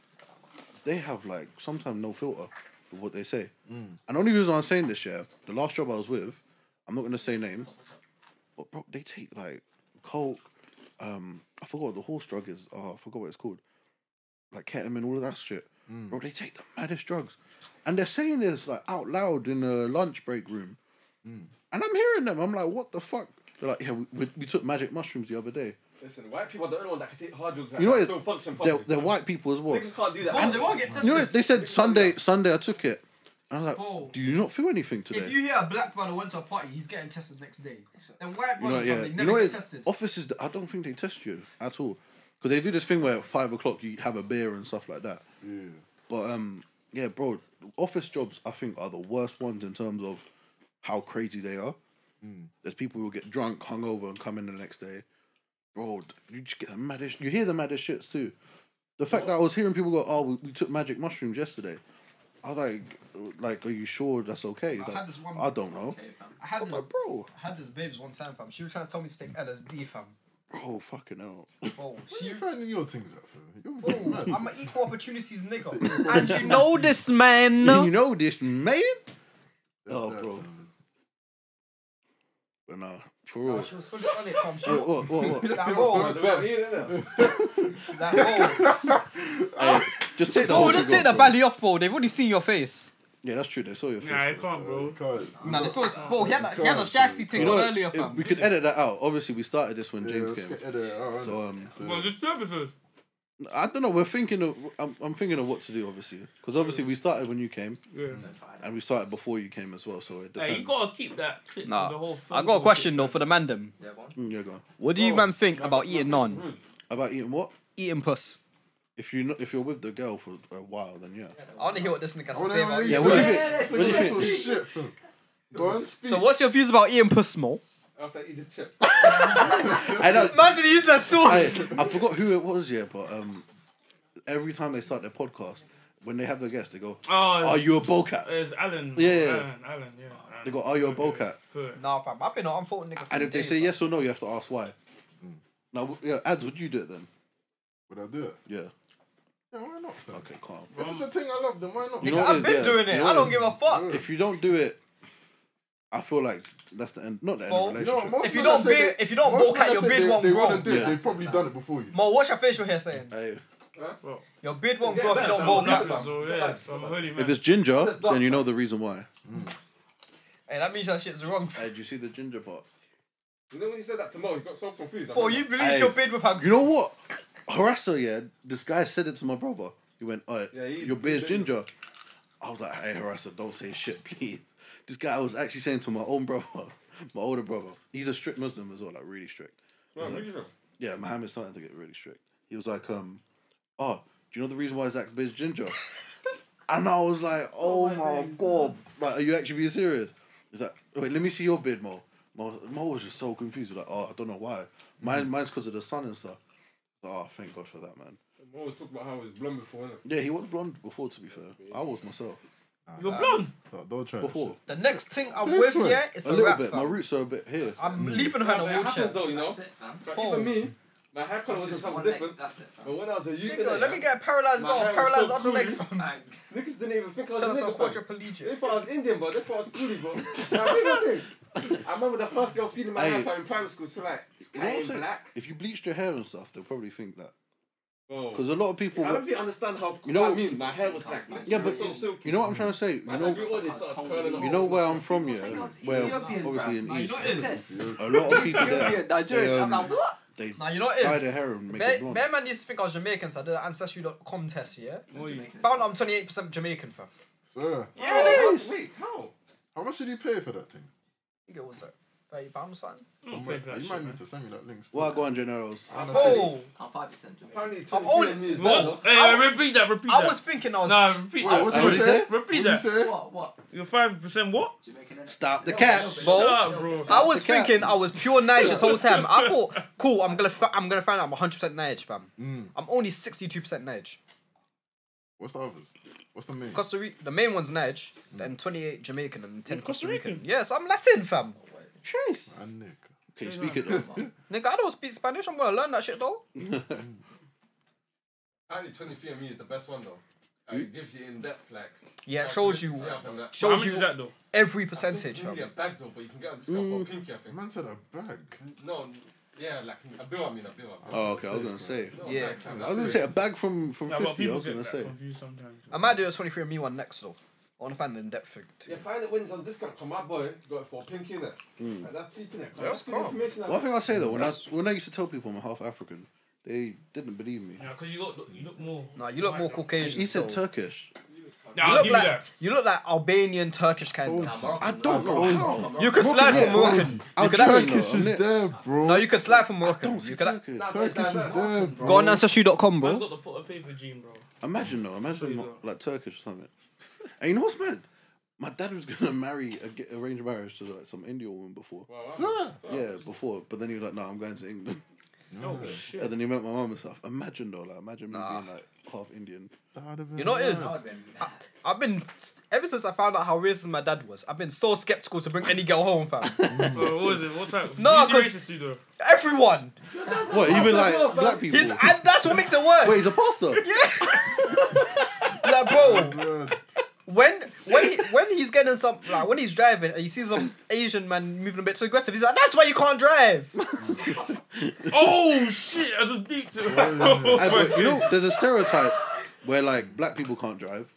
S3: they have like sometimes no filter with what they say. And the only reason I'm saying this, yeah, the last job I was with, I'm not gonna say names, but bro, they take like coke, uh, um, I forgot what the horse drug is. Oh, I forgot what it's called, like ketamine, all of that shit. Bro, they take the maddest drugs. And they're saying this like out loud in the lunch break room. And I'm hearing them. I'm like, what the fuck? They're like, yeah, we, we, we took magic mushrooms the other day.
S7: Listen, white people are the only one that can take hard drugs. Like
S3: You know
S7: that.
S3: what?
S7: Don't function
S3: They're,
S7: properly.
S3: they're white people as well.
S7: Niggas can't do that.
S2: Bro, they won't get tested.
S3: You know, what? they said Sunday. Sunday, I took it, and I was like,
S2: Bro.
S3: "Do you not feel anything today?"
S2: If you hear a black brother went to a party, he's getting tested next day. And white
S3: You know,
S2: brothers,
S3: yeah.
S2: they
S3: You
S2: never
S3: know,
S2: get
S3: what?
S2: tested.
S3: offices. I don't think they test you at all, because they do this thing where at five o'clock you have a beer and stuff like that. Yeah. But um, yeah, bro, office jobs I think are the worst ones in terms of how crazy they are. There's people who get drunk, hungover, and come in the next day. Bro, you just get the maddest. You hear the maddest shits too. The fact that I was hearing people go, "Oh, we, we took magic mushrooms yesterday," I was like, "Like, are you sure that's okay?"
S2: I
S3: Like,
S2: had this one-
S3: I don't know.
S10: Okay, fam.
S2: I had
S3: I'm
S2: this,
S3: like, bro,
S2: I had this babes one time, fam. She was trying to tell me to take LSD, fam.
S3: bro, fucking hell.
S2: Bro,
S6: Where
S2: she,
S6: you finding your things at, fam? You're
S2: bro,
S6: mad.
S2: I'm an equal opportunities nigga. and you know,
S5: Know this man.
S3: You know this man?
S6: That's
S3: Oh,
S6: that,
S3: bro.
S6: fam.
S3: But nah, for real.
S2: she was fully on it, fam. She oh,
S3: What, what, what, what?
S2: that roll,
S7: The way I'm eating, innit?
S2: that roll.
S3: Just take the
S11: Oh,
S3: whole
S11: just
S3: thing
S11: take the
S3: off, bro.
S11: belly off, bro. They've already seen your face.
S3: Yeah, that's true. They saw your face.
S8: Nah, I
S3: bro.
S8: can't, bro.
S6: Can't.
S11: Nah, they saw his. Bro, he had a, he had a shasty
S3: You
S11: thing
S3: know
S11: on
S3: what?
S11: earlier,
S3: If
S11: fam.
S3: we could edit that out. Obviously, we started this when
S6: Yeah,
S3: James
S6: let's
S3: came.
S6: get Ed out,
S3: So
S6: innit?
S3: um,
S8: Well, the services.
S3: I don't know. We're thinking of. I'm, I'm thinking of what to do. Obviously, because obviously we started when you came,
S8: Yeah.
S3: and we started before you came as well. So it depends.
S8: Hey, you gotta keep that clip
S11: Nah.
S8: of the whole film.
S11: I got a question though for the mandem.
S10: Yeah, one.
S3: Mm, yeah, go on.
S11: What do you man think about eating non?
S3: About eating what?
S11: Eating puss.
S3: If you not, if you're with the girl for a while, then yeah.
S2: I want to hear what this nigga has to
S6: I wanna
S2: say
S6: hear
S2: about
S6: what
S2: it.
S6: you
S3: Yeah, what do you
S6: say.
S3: think? What do you
S6: Mental
S3: think?
S6: shit, fam. Go on, speak.
S11: So what's your views about eating puss, Mo?
S7: After I eat this chip.
S3: I know.
S11: Man didn't use that
S3: I,
S11: sauce.
S3: I forgot who it was, yeah, but um, every time they start their podcast, when they have their guest, they go,
S8: Oh,
S3: "Are
S8: it's-
S3: you a bocat?"
S8: It's Alan.
S3: Yeah, yeah, yeah.
S8: Alan, Alan, yeah.
S3: They go, "Are you a bocat?"
S8: Good.
S2: Nah, fam. I've been on unfolding nigga.
S3: And if they say yes or no, you have to ask why. Now, w- yeah, ads, would you do it then?
S6: Would I do it?
S3: Yeah.
S6: Yeah, why not? fam?
S3: Okay, calm.
S6: If it's a thing I love, then why not?
S3: You know
S2: Nigga,
S3: what
S2: I've
S3: it is,
S2: been
S3: yeah.
S2: doing it.
S3: You know
S2: I
S3: what
S2: don't
S3: it
S2: give a fuck.
S3: If you don't do it, I feel like that's the end. Not the end
S2: Well,
S3: of the
S2: you
S6: You know
S3: relationship.
S6: what, most
S2: If you
S6: men
S2: don't
S6: that say
S2: bid-
S6: they-
S2: if you don't
S6: most
S2: bulk
S6: men
S2: out,
S6: that
S2: your
S6: say
S2: bid
S6: they-
S2: won't
S6: they
S2: grow.
S6: wouldn't do it,
S3: Yeah.
S6: They've probably done it before you.
S2: Mo, what's your facial hair saying?
S3: Hey,
S2: Your beard won't grow if you
S7: that's
S2: don't
S7: how
S2: bowl out,
S7: it happens.
S2: fam.
S8: So, yeah, so I'm a holy
S3: if
S8: man.
S3: it's ginger,
S7: That's dark,
S3: then you know the reason why.
S2: Hey, that means that shit's wrong.
S3: Hey, do you see the ginger part?
S7: You know when you said that to Mo, he got so confused. I
S2: Bro,
S7: remember.
S2: you bleached your beard with her.
S3: You know what? Harasser, yeah. This guy said it to my brother. He went, "Oh,
S7: Yeah, he-
S3: your beard's ginger." I was like, "Hey, Harasser, don't say shit, please." This guy was actually saying to my own brother, my older brother. He's a strict Muslim as well, like really strict.
S7: Well, what do you know?
S3: Yeah, Mohammed's starting to get really strict. He was like, "Um, oh, do you know the reason why Zach's beard's ginger?" and I was like, "Oh, my god, like, are you actually being serious?" He's like, "Wait, let me see your beard, Mo." Mo, Mo was just so confused. He was Like, oh, I don't know why. Mine, mine's because of the sun and stuff. Oh, thank God for that, man.
S7: Mo was talking about how he was blonde before, innit?
S3: Yeah, he was blonde before. To be fair, I was myself
S8: You're blonde.
S6: Don't- Don't try that
S3: before.
S6: shit.
S2: The next thing I'm
S6: This
S2: with,
S6: one.
S2: yeah, it's
S3: A
S2: a,
S3: little
S2: wrap,
S3: bit. My
S2: fam.
S3: roots are a bit here.
S2: I'm leaving her in
S7: But
S2: a
S7: it
S2: wheelchair.
S7: happens though, you know?
S10: That's it, fam.
S7: Like,
S2: Paul.
S7: Even me, my hair colour
S10: It's
S7: was just
S10: just
S7: something
S10: one leg.
S7: different.
S10: That's it,
S7: But
S10: fam.
S7: when I was a youth,
S2: Nigga,
S7: innit,
S2: let me
S7: yeah,
S2: get a paralyzed
S7: My
S2: girl,
S7: hair was
S2: paralyzed
S7: so
S2: other leg,
S7: cool.
S2: fam.
S10: Bang.
S7: niggas didn't even think I was
S2: Tell
S7: a
S2: us I'm
S7: nigga. fam. They
S2: quadriplegic.
S7: thought I was Indian, but they thought I was coolie, bro. Now, here's the thing. I remember the first girl feeling my
S3: Hey.
S7: hair fam, in primary school, so like, this
S3: You know
S7: guy
S3: what I'm
S7: ain't
S3: saying?
S7: black.
S3: If you bleached your hair and stuff, they'll probably think that.
S7: Bro,
S3: Because a lot of people,
S7: I don't think you understand how,
S3: You know
S7: what I
S3: what-
S7: mean. My hair was like,
S3: Yeah, but-
S7: so silky.
S3: you know what I'm trying to say. You
S7: By the
S3: know,
S7: time we all just started curling up.
S3: you know where I'm from, yeah.
S10: God,
S3: Where
S10: Ethiopian,
S3: obviously
S10: bruv.
S3: in
S10: Nah,
S3: East,
S2: this?
S3: a lot of people there
S11: Nigerian.
S3: um,
S11: I'm like, what?
S3: they
S2: Nah, you know what
S3: dye
S2: it
S3: their
S2: is?
S3: hair and make it
S2: Bear,
S3: blonde.
S2: Bear Man used to think I was Jamaican, so I did an Ancestry.com test, yeah?
S8: Oi.
S2: Found I'm 28% Jamaican, fam.
S6: Sir,
S2: Yeah,
S7: Oh,
S2: nigga.
S7: Wait, how?
S6: how much did he pay for that thing?
S2: Nigga, what's that? 30 pounds, something?
S8: I'm
S6: You
S8: not paying for that
S6: might
S8: shit,
S6: need
S8: man.
S6: to send me that link.
S3: Well, go on, generals.
S6: Honestly.
S2: Oh,
S10: I'm five percent Jamaican.
S7: Apparently,
S2: I'm
S7: 23
S2: only-
S7: years
S2: Whoa.
S7: old.
S8: Hey,
S2: I-
S8: repeat that, repeat
S2: I
S8: that.
S2: was thinking I was.
S8: Nah, repeat
S6: Wait,
S8: that.
S6: what
S3: I
S6: did
S3: already
S6: you say?
S3: said-
S6: What did
S8: Repeat
S6: you
S8: that.
S6: say?
S10: What? What?
S8: You're 5% what?
S10: Jamaican innit?
S3: Stop the cat.
S2: Bro,
S8: Nah, bro.
S2: I was
S3: the cat.
S2: thinking I was pure Nige this whole time. I thought, cool, I'm gonna fi- I'm gonna find out I'm 100% Nige, fam.
S3: Mm.
S2: I'm only 62% Nige.
S6: What's the others? What's the main?
S2: Costa Rica, the main one's Nige, then 28 Jamaican and 10
S8: You're
S2: Costa
S8: Costa
S2: Rican.
S8: Rican?
S2: Yes, I'm Latin, fam.
S3: Chase.
S6: And Nick.
S3: Okay, speak it. though.
S2: Nigga, I don't speak Spanish. I'm gonna learn that shit though.
S7: Apparently, 23 and me is the best one though. Like, it gives you in depth, like.
S2: Yeah, it shows you,
S7: Yeah, I've done that.
S8: How
S2: shows
S8: much is
S2: you
S8: that though?
S2: every
S7: I think
S2: percentage.
S7: Really a
S2: Fam.
S7: bag though, but you can get a discount for a pinky, I think.
S6: Man said a bag.
S7: No, Yeah, like a bill. I mean a bill. I mean.
S3: Oh, okay. I was gonna say.
S7: No,
S2: Yeah.
S7: like, um,
S3: I was gonna say a bag from from
S12: Nah, but
S3: fifty. I
S12: people
S3: was
S12: get
S3: gonna
S12: that
S3: say.
S12: confused sometimes.
S2: I might do a 23 and me one next though. I want to find the depth thing. too.
S7: Yeah, find the wins on discount. Come on, boy. Got it for pink in it.
S3: Mm.
S7: And that's cheap in it.
S8: Yeah,
S7: That's good
S8: calm.
S7: information.
S3: One thing I say though, when I when I used to tell people I'm half African, they didn't believe me.
S8: Yeah, because you look, you look more.
S2: Nah, you look more Caucasian.
S3: He said
S2: still.
S3: Turkish.
S8: Nah,
S2: You
S8: I'll
S2: look
S8: give
S2: like
S8: you that.
S2: you look like Albanian Turkish kind.
S5: Nah,
S2: of.
S5: Moroccan,
S3: I don't
S5: bro.
S3: know how.
S5: Moroccan,
S2: You could slide
S3: Yeah,
S2: from Moroccan. You could actually.
S3: Turkish is
S6: there, bro.
S2: No, you could slide from Moroccan.
S3: Don't say
S2: You could.
S3: Turkish.
S7: Nah, but it's like that.
S6: bro.
S2: Go on ancestry.com,
S8: Man's
S2: bro.
S8: got the put a paper gene, bro.
S3: Imagine though, imagine
S8: Please
S3: mo-
S8: don't.
S3: like Turkish or something. and you know what's mad? My dad was gonna marry a get arranged marriage to like some Indian woman before.
S7: Wow, wow.
S3: Yeah, before, but then he was like, "No, I'm going to England."
S8: No shit.
S3: And then he met my mum and stuff. Imagine though, like imagine me
S2: Nah.
S3: being like half Indian.
S2: You know what it is.
S5: Oh, then that.
S2: I've been ever since I found out how racist my dad was. I've been so skeptical to bring any girl home, fam.
S8: Bro, what was it? What type?
S2: No,
S8: No, Who's
S2: 'cause-
S8: racist to though?
S2: Everyone.
S3: What even like black people?
S2: He's, and that's what makes it worse.
S3: Wait, he's a pastor.
S2: like, bro. When when he, when he's getting some like when he's driving and he sees some Asian man moving a bit too aggressive, he's like, "That's why you can't drive."
S8: Oh shit! I just deeped it. Oh,
S3: Hey, but
S8: my
S3: you know,
S8: days.
S3: there's a stereotype where like black people can't drive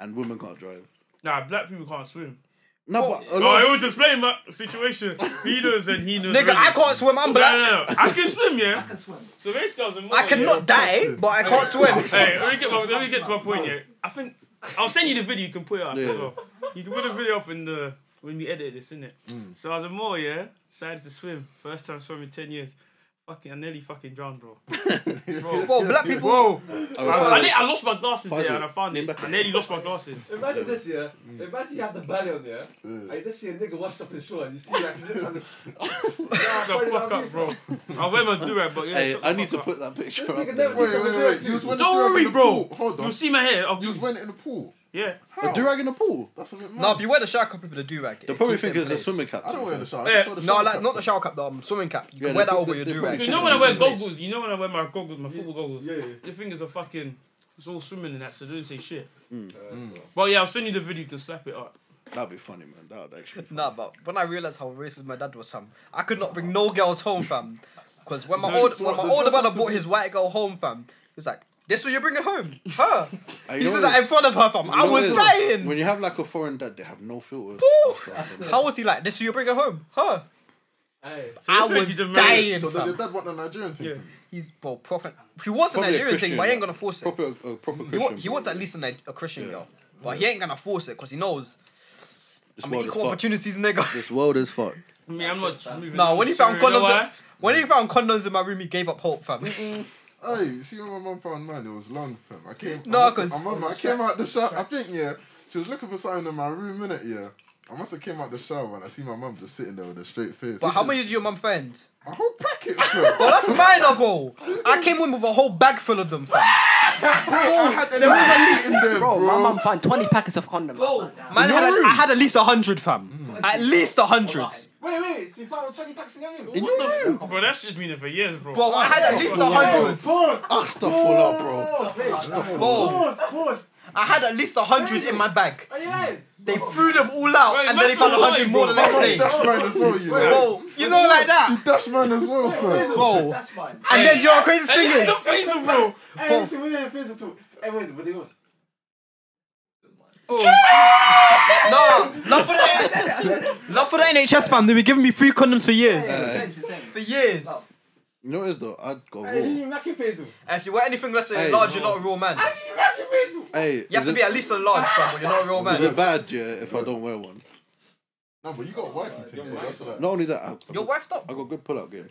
S3: and women can't drive.
S8: nah, black people can't swim.
S3: No, but a
S8: Oh, I
S3: lot.
S8: was explaining my situation. He knows and he knows.
S2: Nigga, I
S8: already.
S2: can't swim. I'm
S8: No,
S2: black.
S8: no, no. I can swim, yeah.
S5: I can swim.
S8: So basically, I was in
S2: I cannot die, but I can't swim.
S8: Hey, let me get my, let me get to my point here. I think I'll send you the video. You can put it up
S3: Yeah.
S8: as well. You can put the video up in the when we edit this, innit?
S3: Mm.
S8: it? So I was in Moore, yeah. Decided to swim. First time swimming in ten years. Fucking, I nearly fucking drowned, bro.
S2: Bro, black people.
S3: I
S8: I,
S3: refer-
S8: I, ne- I lost my glasses
S3: Fudge
S8: there
S3: it.
S8: and I found
S3: Lean
S8: it.
S3: back
S8: I
S3: up.
S8: nearly lost my glasses.
S7: Imagine this, yeah. Imagine you had the belly on, yeah. And this year, nigga washed up his shore, and you see like his lips on Mm. the.
S8: Shut the fuck up, bro. I wear my durag, but yeah.
S3: Hey,
S8: shut the
S3: I need
S8: fuck
S3: to
S8: up.
S3: put that picture up.
S7: Nigga,
S3: there.
S7: never-
S6: Wait, wait, wait. You just went
S8: Don't
S6: to throw up
S8: worry,
S6: in the
S8: bro.
S6: pool. Hold on.
S8: You'll see my hair. I'll
S6: You
S8: do
S6: just went in the pool.
S8: yeah.
S3: A durag in the pool.
S6: That's a bit mad.
S2: No, if you wear the shower cap over the do rag,
S3: They probably think it's a swimming cap.
S6: I don't wear the shower.
S8: Eh,
S6: I just wear the
S2: No,
S6: shower
S2: like
S6: cap.
S2: not the shower cap, the um, swimming cap. You
S3: Yeah,
S2: can wear
S3: they
S2: that
S3: put-
S2: over
S3: they-
S2: your
S3: they
S2: do
S3: probably
S2: rag.
S8: You know when I wear goggles, you know when I wear my goggles, my football goggles.
S7: Yeah, yeah.
S8: The thing is, a fucking it's all swimming in that, so don't say shit.
S3: Mm.
S7: Uh,
S8: But yeah, I'll send you the video. You can slap it up.
S3: That'd be funny, man. That would actually.
S2: Nah, but when I realized how racist my dad was, fam, I could not bring no girls home, fam. Because when my old, when my older brother brought his white girl home, fam, he was like, "This what you're bringing home? Her?"
S3: Hey,
S2: He
S3: you
S2: said
S3: know
S2: that in
S3: what
S2: front of her, fam.
S3: it
S2: I
S3: is?
S2: was
S3: You know what it is?
S2: dying.
S3: When you have like a foreign dad, they have no filters.
S2: Ooh.
S3: Stuff like that.
S2: How was he like? This what you're bringing home? Her?
S7: Hey.
S2: I
S8: this means
S2: was
S8: he's a married-
S2: dying,
S6: So does your
S2: fam.
S6: dad want a Nigerian team?
S8: Yeah.
S2: He's bro, proper. He wants a
S3: Probably a
S2: Nigerian thing,
S3: Christian,
S2: but he ain't
S3: like,
S2: gonna force it.
S3: Proper, uh, proper
S2: He, wa-
S3: Christian.
S2: he wants
S3: bro.
S2: at least a, Ni- a Christian
S3: Yeah.
S2: girl, but he ain't gonna force it because he knows
S3: This
S2: I'm
S3: world
S2: an
S3: is
S2: equal
S3: fucked.
S2: opportunities nigga.
S3: This world is fucked.
S8: I mean,
S5: That's it,
S8: I'm not
S5: fam.
S8: moving.
S2: Nah,
S8: on.
S2: when he found
S8: Sorry, you know
S2: condoms,
S8: why?
S2: when he found condoms in my room, he gave up hope, fam.
S6: Hey, see when my mum found mine, it was long, fam. I came.
S2: No,
S6: I must-
S2: 'cause-
S6: I, remember I came out the shower. I think yeah, she was looking for something in my room, innit? Yeah. I must have came out the shower and I see my mum just sitting there with a straight face.
S2: But
S6: This
S2: how
S6: is
S2: many did your mum find?
S6: A whole packet, fam.
S2: Bro, that's minor, bro. I came in with a whole bag full of them, fam.
S6: I had an elite in there, bro.
S5: Bro, my mum found 20 packets of condoms.
S2: Man, I had, I had at least a hundred, fam.
S5: Mm.
S2: At least a hundred.
S7: Wait, wait. She found 20 packs in your room.
S8: What the f- bro? That's just been there for years, bro.
S2: Bro, I had at least a hundred.
S7: Pause.
S3: Ah, stuff all up, bro.
S2: Bro,
S7: Pause. Pause.
S2: I had at least a hundred in my bag.
S7: Are you lying?
S2: They threw them all out,
S8: Wait,
S2: and then they
S8: that's
S2: found a
S8: not
S2: hundred
S8: right,
S2: more the
S8: bro.
S2: next day.
S6: Dash man as well, you know.
S2: Bro, you know like
S6: She
S2: that,
S6: dash man as well, fam.
S2: bro.
S5: That's mine.
S2: And then your craziest
S8: Hey,
S2: thing
S8: this is
S2: is,
S8: the phaser, bro.
S7: Hey, listen, we're in the face of two. Hey, wait, where they goes?
S8: Oh,
S2: no, love for the, love for the NHS, fam. They were giving me free condoms for years,
S5: Same, same.
S2: for years.
S3: You know what it is though? I'd go
S7: Hey,
S3: raw.
S7: he mac your face. He
S2: If you wear anything less than a
S3: Hey.
S2: large, you're not a real man.
S7: mac your face.
S3: Hey,
S2: You have
S3: is
S2: to
S3: it-
S2: be at least a large, fam, when you're not a real
S3: Is it
S2: man.
S3: bad, yeah, if I don't wear one?
S6: No, but you got a wifey thing, so that's like.
S3: Not only that, I, I,
S2: Your
S3: got,
S2: wife up.
S3: I got good pull-out game.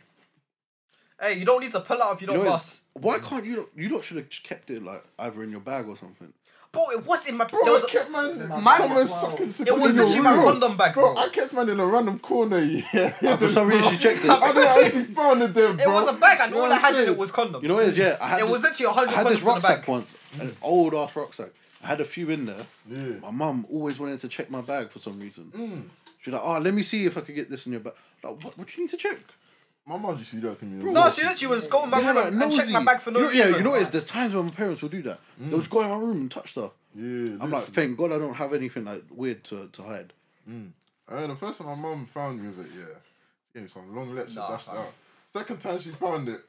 S2: Hey, you don't need to pull out if you don't
S3: You know, it's-
S2: bust.
S3: Why can't you? You lot should have kept it like either in your bag or something.
S2: Bro, it was in my.
S6: Bro,
S2: there was
S6: I
S2: a-
S6: kept man.
S2: My-
S6: someone sucking
S2: it was
S6: in your
S2: literally my
S6: room.
S2: condom Ah, bag,
S6: Bro,
S2: bro.
S6: I kept man in a random corner, yeah.
S3: And for some reason, she checked
S6: I
S3: it.
S6: didn't actually found it there, bro.
S2: It was a bag, and
S6: You know
S2: all
S6: what
S2: I
S6: I'm
S2: had in
S6: saying?
S2: it was condoms.
S3: You know what it is? Yeah, I had.
S2: It was
S3: this,
S2: literally
S3: I
S2: 100
S3: had
S2: condoms
S3: this
S2: in the
S3: rucksack
S2: bag.
S3: once, an old ass rucksack. I had a few in there.
S6: Yeah. Mm.
S3: My mum always wanted to check my bag for some reason. She's like, "Oh, let me see if I could get this in your bag." Like, what? What do you need to check?
S6: My mom just used that to me.
S2: No, she literally was going my
S3: Yeah,
S2: room
S3: like,
S2: and- and checked my
S3: nosy.
S2: bag for no
S3: you know,
S2: reason.
S3: Yeah, you know what it is? There's times when my parents will do that. They'll just go in my room and touch stuff.
S6: Yeah,
S3: I'm like,
S6: Mm. literally.
S3: thank God I don't have anything like weird to, to hide.
S6: Uh, I mean, the first time my mum found me with it, yeah, yeah, some long lecture
S2: Nah,
S6: dashed
S2: fam.
S6: out. Second time she found it,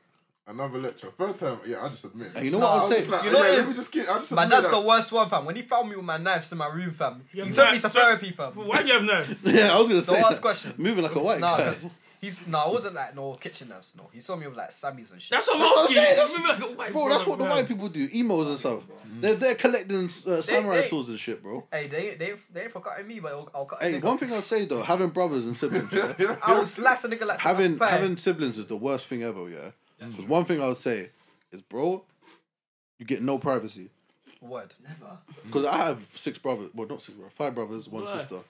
S6: another lecture. Third time, yeah, I just admit.
S3: And you know what
S6: I
S3: I'm
S6: was
S3: saying?
S6: just like,
S2: You know
S6: yeah,
S2: what
S6: let
S2: is-
S6: me just keep. I just
S2: Man,
S6: admit
S2: that's the
S6: that.
S2: worst one, fam. When he found me with my knives in my room, fam,
S8: You
S2: he
S8: have
S2: took me
S8: knives,
S2: to
S8: so-
S2: therapy, fam.
S8: Why do you have nerves?
S3: Yeah, I was gonna
S2: So
S3: say.
S2: what's
S3: that.
S2: question?
S3: Moving like a white
S2: Nah,
S3: guy.
S2: he's no, I wasn't like no kitchen knives. No, he saw me with like Sammys and shit.
S8: That's what
S3: what I'm
S8: I'm asking.
S3: saying,
S8: you.
S3: that's-
S8: Maybe like a white
S3: Bro, that's what the
S8: brother,
S3: white
S8: man.
S3: people do. Emos and stuff. They're they're collecting uh, samurai
S2: they-
S3: swords and shit, bro.
S2: Hey, they they they ain't forgotten me, but I'll, I'll cut. a
S3: Hey,
S2: nigga.
S3: one thing I'd say though, having brothers and siblings, yeah,
S2: I will slice a nigga like
S3: having
S2: some pie.
S3: having siblings is the worst thing ever. Yeah, 'Cause one thing I would say is, bro, you get no privacy.
S2: word. Mm-hmm.
S3: Because I have six brothers. Well, not six brothers. Five brothers, one
S8: Right.
S3: sister.